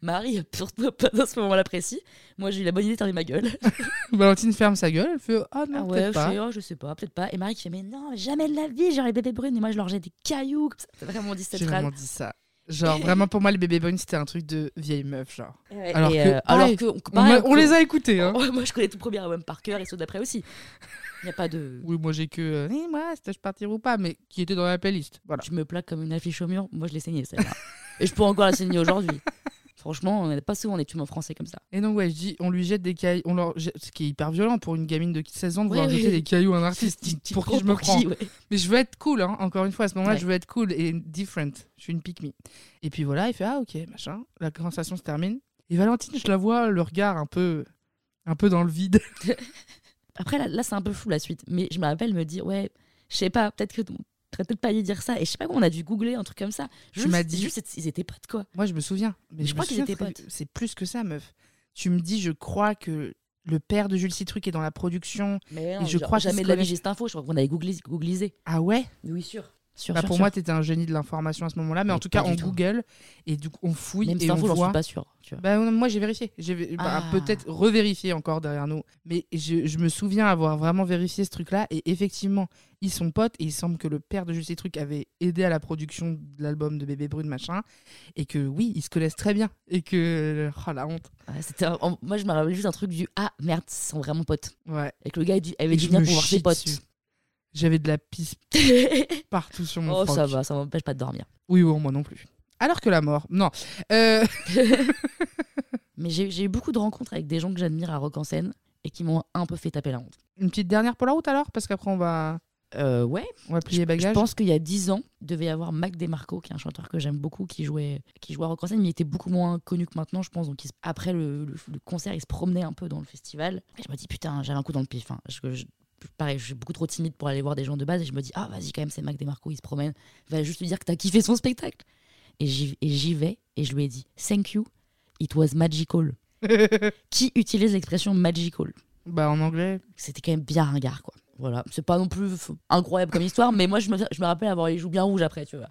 [SPEAKER 1] Marie, surtout pas dans ce moment-là précis. Moi, j'ai eu la bonne idée de fermer ma gueule.
[SPEAKER 2] Valentine ferme sa gueule, elle fait Ah non,
[SPEAKER 1] Ah ouais,
[SPEAKER 2] peut-être
[SPEAKER 1] je,
[SPEAKER 2] pas.
[SPEAKER 1] fais, oh, je sais pas, peut-être pas. Et Marie qui fait, mais non, jamais de la vie, genre les bébés brunes. Et moi, je leur jette des cailloux. comme ça. T'as vraiment dit cette
[SPEAKER 2] J'ai
[SPEAKER 1] phrase.
[SPEAKER 2] vraiment dit ça. Genre, vraiment, pour moi, les bébés bonnes, c'était un truc de vieille meuf, genre.
[SPEAKER 1] Ouais,
[SPEAKER 2] Alors
[SPEAKER 1] et,
[SPEAKER 2] que- pareil,
[SPEAKER 1] alors que-
[SPEAKER 2] On,
[SPEAKER 1] pareil,
[SPEAKER 2] m'a- on les a écoutés, hein.
[SPEAKER 1] on- Moi, je connais tout premier album par cœur et ceux d'après aussi. Il n'y a pas de.
[SPEAKER 2] Oui, moi, j'ai que. euh, Eh, moi, est-ce que je partirai ou pas, mais qui était dans la playlist. Voilà.
[SPEAKER 1] Je me plaque comme une affiche au mur. Moi, je l'ai saignée, celle-là. et je peux encore la saigner aujourd'hui. Franchement, on n'est pas souvent des tubes en français comme ça.
[SPEAKER 2] Et donc, ouais, je dis, on lui jette des cailloux. On leur... jette- Ce qui est hyper violent pour une gamine de 16 ans de
[SPEAKER 1] Ouais,
[SPEAKER 2] vouloir
[SPEAKER 1] ouais.
[SPEAKER 2] jeter des cailloux à un artiste. pour qui je me prends
[SPEAKER 1] ouais.
[SPEAKER 2] Mais je veux être cool, hein, encore une fois, à ce moment-là,
[SPEAKER 1] Ouais.
[SPEAKER 2] je veux être cool et different. Je suis une pick me. Et puis voilà, il fait Ah, ok, machin. La conversation se termine. Et Valentine, je la vois, le regard un peu, un peu dans le vide.
[SPEAKER 1] Après, là, là, c'est un peu flou la suite. Mais je me rappelle me dire, ouais, je sais pas, peut-être que. t'aurais peut-être pas dû dire ça. Et je sais pas comment on a dû googler un truc comme ça.
[SPEAKER 2] Tu
[SPEAKER 1] Juste-
[SPEAKER 2] m'as dit-
[SPEAKER 1] Juste, ils étaient potes, quoi.
[SPEAKER 2] Moi, je me souviens. Mais
[SPEAKER 1] Je
[SPEAKER 2] me
[SPEAKER 1] crois qu'ils
[SPEAKER 2] souviens
[SPEAKER 1] étaient
[SPEAKER 2] très-
[SPEAKER 1] potes.
[SPEAKER 2] C'est plus que ça, meuf. Tu me dis, je crois que le père de Jules Citruc est dans la production.
[SPEAKER 1] Mais
[SPEAKER 2] je
[SPEAKER 1] genre,
[SPEAKER 2] crois qu'ils
[SPEAKER 1] jamais
[SPEAKER 2] se
[SPEAKER 1] de la vie,
[SPEAKER 2] connaissent.
[SPEAKER 1] j'ai cette info. Je crois qu'on avait googlisé. googlisé.
[SPEAKER 2] Ah ouais
[SPEAKER 1] Oui, sûr. Sûr,
[SPEAKER 2] Bah,
[SPEAKER 1] sûr,
[SPEAKER 2] Pour
[SPEAKER 1] sûr.
[SPEAKER 2] moi, t'étais un génie de l'information à ce moment-là. Mais,
[SPEAKER 1] Mais
[SPEAKER 2] en tout cas,
[SPEAKER 1] pas du
[SPEAKER 2] on
[SPEAKER 1] tout.
[SPEAKER 2] Google et du coup, on fouille
[SPEAKER 1] même
[SPEAKER 2] et
[SPEAKER 1] cette
[SPEAKER 2] on
[SPEAKER 1] info, j'en
[SPEAKER 2] voit.
[SPEAKER 1] suis pas sûr. Tu vois.
[SPEAKER 2] Bah, non, moi j'ai vérifié, j'ai vé- bah,
[SPEAKER 1] Ah.
[SPEAKER 2] peut-être revérifié encore derrière nous, mais je, je me souviens avoir vraiment vérifié ce truc-là et effectivement ils sont potes et il semble que le père de Jules Truc avait aidé à la production de l'album de Bébé Brune machin et que oui ils se connaissent très bien et que oh la honte
[SPEAKER 1] Ouais, Ah, c'était un- en- moi, je me rappelle juste un truc du ah merde, ils sont vraiment potes.
[SPEAKER 2] ouais
[SPEAKER 1] Et que le gars il dit- avait
[SPEAKER 2] Et
[SPEAKER 1] dit
[SPEAKER 2] je
[SPEAKER 1] bien
[SPEAKER 2] me
[SPEAKER 1] pour voir ses
[SPEAKER 2] chie
[SPEAKER 1] potes.
[SPEAKER 2] dessus. j'avais de la pisse partout sur mon
[SPEAKER 1] oh, ça
[SPEAKER 2] froc.
[SPEAKER 1] va, ça m'empêche pas de dormir.
[SPEAKER 2] oui bon, moi non plus alors que la mort non Euh,
[SPEAKER 1] Mais j'ai j'ai eu beaucoup de rencontres avec des gens que j'admire à Rock en scène et qui m'ont un peu fait taper la honte.
[SPEAKER 2] une petite dernière pour la route alors parce qu'après on va
[SPEAKER 1] Euh, ouais,
[SPEAKER 2] on va plier
[SPEAKER 1] je
[SPEAKER 2] bagages
[SPEAKER 1] pense qu'il y a 10 ans, devait y avoir Mac DeMarco, qui est un chanteur que j'aime beaucoup, qui jouait, qui jouait à rock en scène, mais il était beaucoup moins connu que maintenant, je pense. Donc il se- après le, le- le concert, il se promenait un peu dans le festival. Et je me dis, putain, j'avais un coup dans le pif. hein. Je- je- pareil, je suis beaucoup trop timide pour aller voir des gens de base. Et je me dis, ah vas-y, quand même, c'est Mac DeMarco, il se promène. Va juste lui dire que t'as kiffé son spectacle. Et j'y et j'y vais, et je lui ai dit, thank you, it was magical. qui utilise l'expression magical
[SPEAKER 2] bah en anglais
[SPEAKER 1] c'était quand même bien ringard quoi. Voilà, c'est pas non plus f- incroyable comme histoire, mais moi je me, je me rappelle avoir les joues bien rouges après, tu vois.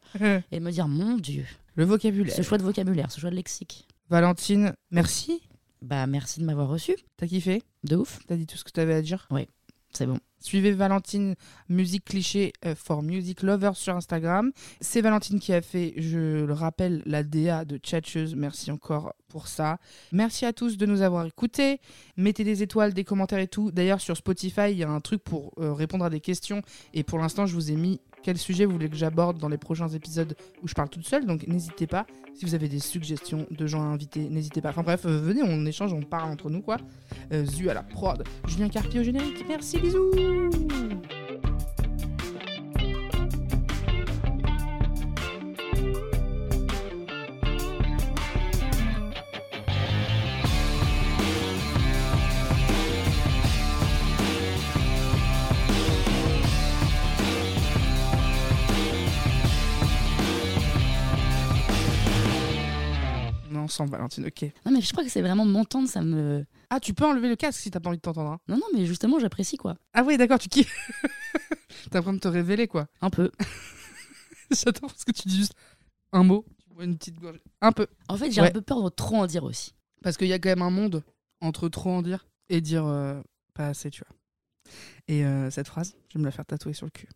[SPEAKER 1] Et me dire, mon Dieu,
[SPEAKER 2] le vocabulaire
[SPEAKER 1] ce choix de vocabulaire, ce choix de lexique.
[SPEAKER 2] Valentine, merci.
[SPEAKER 1] Bah merci de m'avoir reçu,
[SPEAKER 2] T'as kiffé
[SPEAKER 1] de ouf,
[SPEAKER 2] T'as dit tout ce que t'avais à dire
[SPEAKER 1] c'est bon.
[SPEAKER 2] Suivez Valentine Musique Cliché euh, for Music Lovers sur Instagram. C'est Valentine qui a fait, je le rappelle, la DA de Tchatcheuse. Merci encore pour ça. Merci à tous de nous avoir écoutés. Mettez des étoiles, des commentaires et tout. D'ailleurs, sur Spotify, il y a un truc pour euh, répondre à des questions. Et pour l'instant, je vous ai mis quel sujet vous voulez que j'aborde dans les prochains épisodes où je parle toute seule. Donc n'hésitez pas. Si vous avez des suggestions de gens à inviter, n'hésitez pas. Enfin bref, euh, venez, on échange, on parle entre nous, quoi. Euh, Zu à la prod. Julien Carpi au générique. Merci, bisous Non, sans Valentine, ok.
[SPEAKER 1] Non, mais je crois que c'est vraiment m'entendre, ça me.
[SPEAKER 2] Ah, tu peux enlever le casque si t'as pas envie de t'entendre. hein.
[SPEAKER 1] Non, non, mais justement, j'apprécie quoi.
[SPEAKER 2] Ah oui, d'accord, tu kiffes. T'es en train de te révéler, quoi.
[SPEAKER 1] Un peu.
[SPEAKER 2] J'adore parce que tu dis juste un mot, tu bois une petite gorgée. Un peu.
[SPEAKER 1] En fait, j'ai
[SPEAKER 2] Ouais.
[SPEAKER 1] un peu peur de trop en dire aussi.
[SPEAKER 2] Parce qu'il y a quand même un monde entre trop en dire et dire euh, pas assez, tu vois. Et euh, cette phrase, je vais me la faire tatouer sur le cul.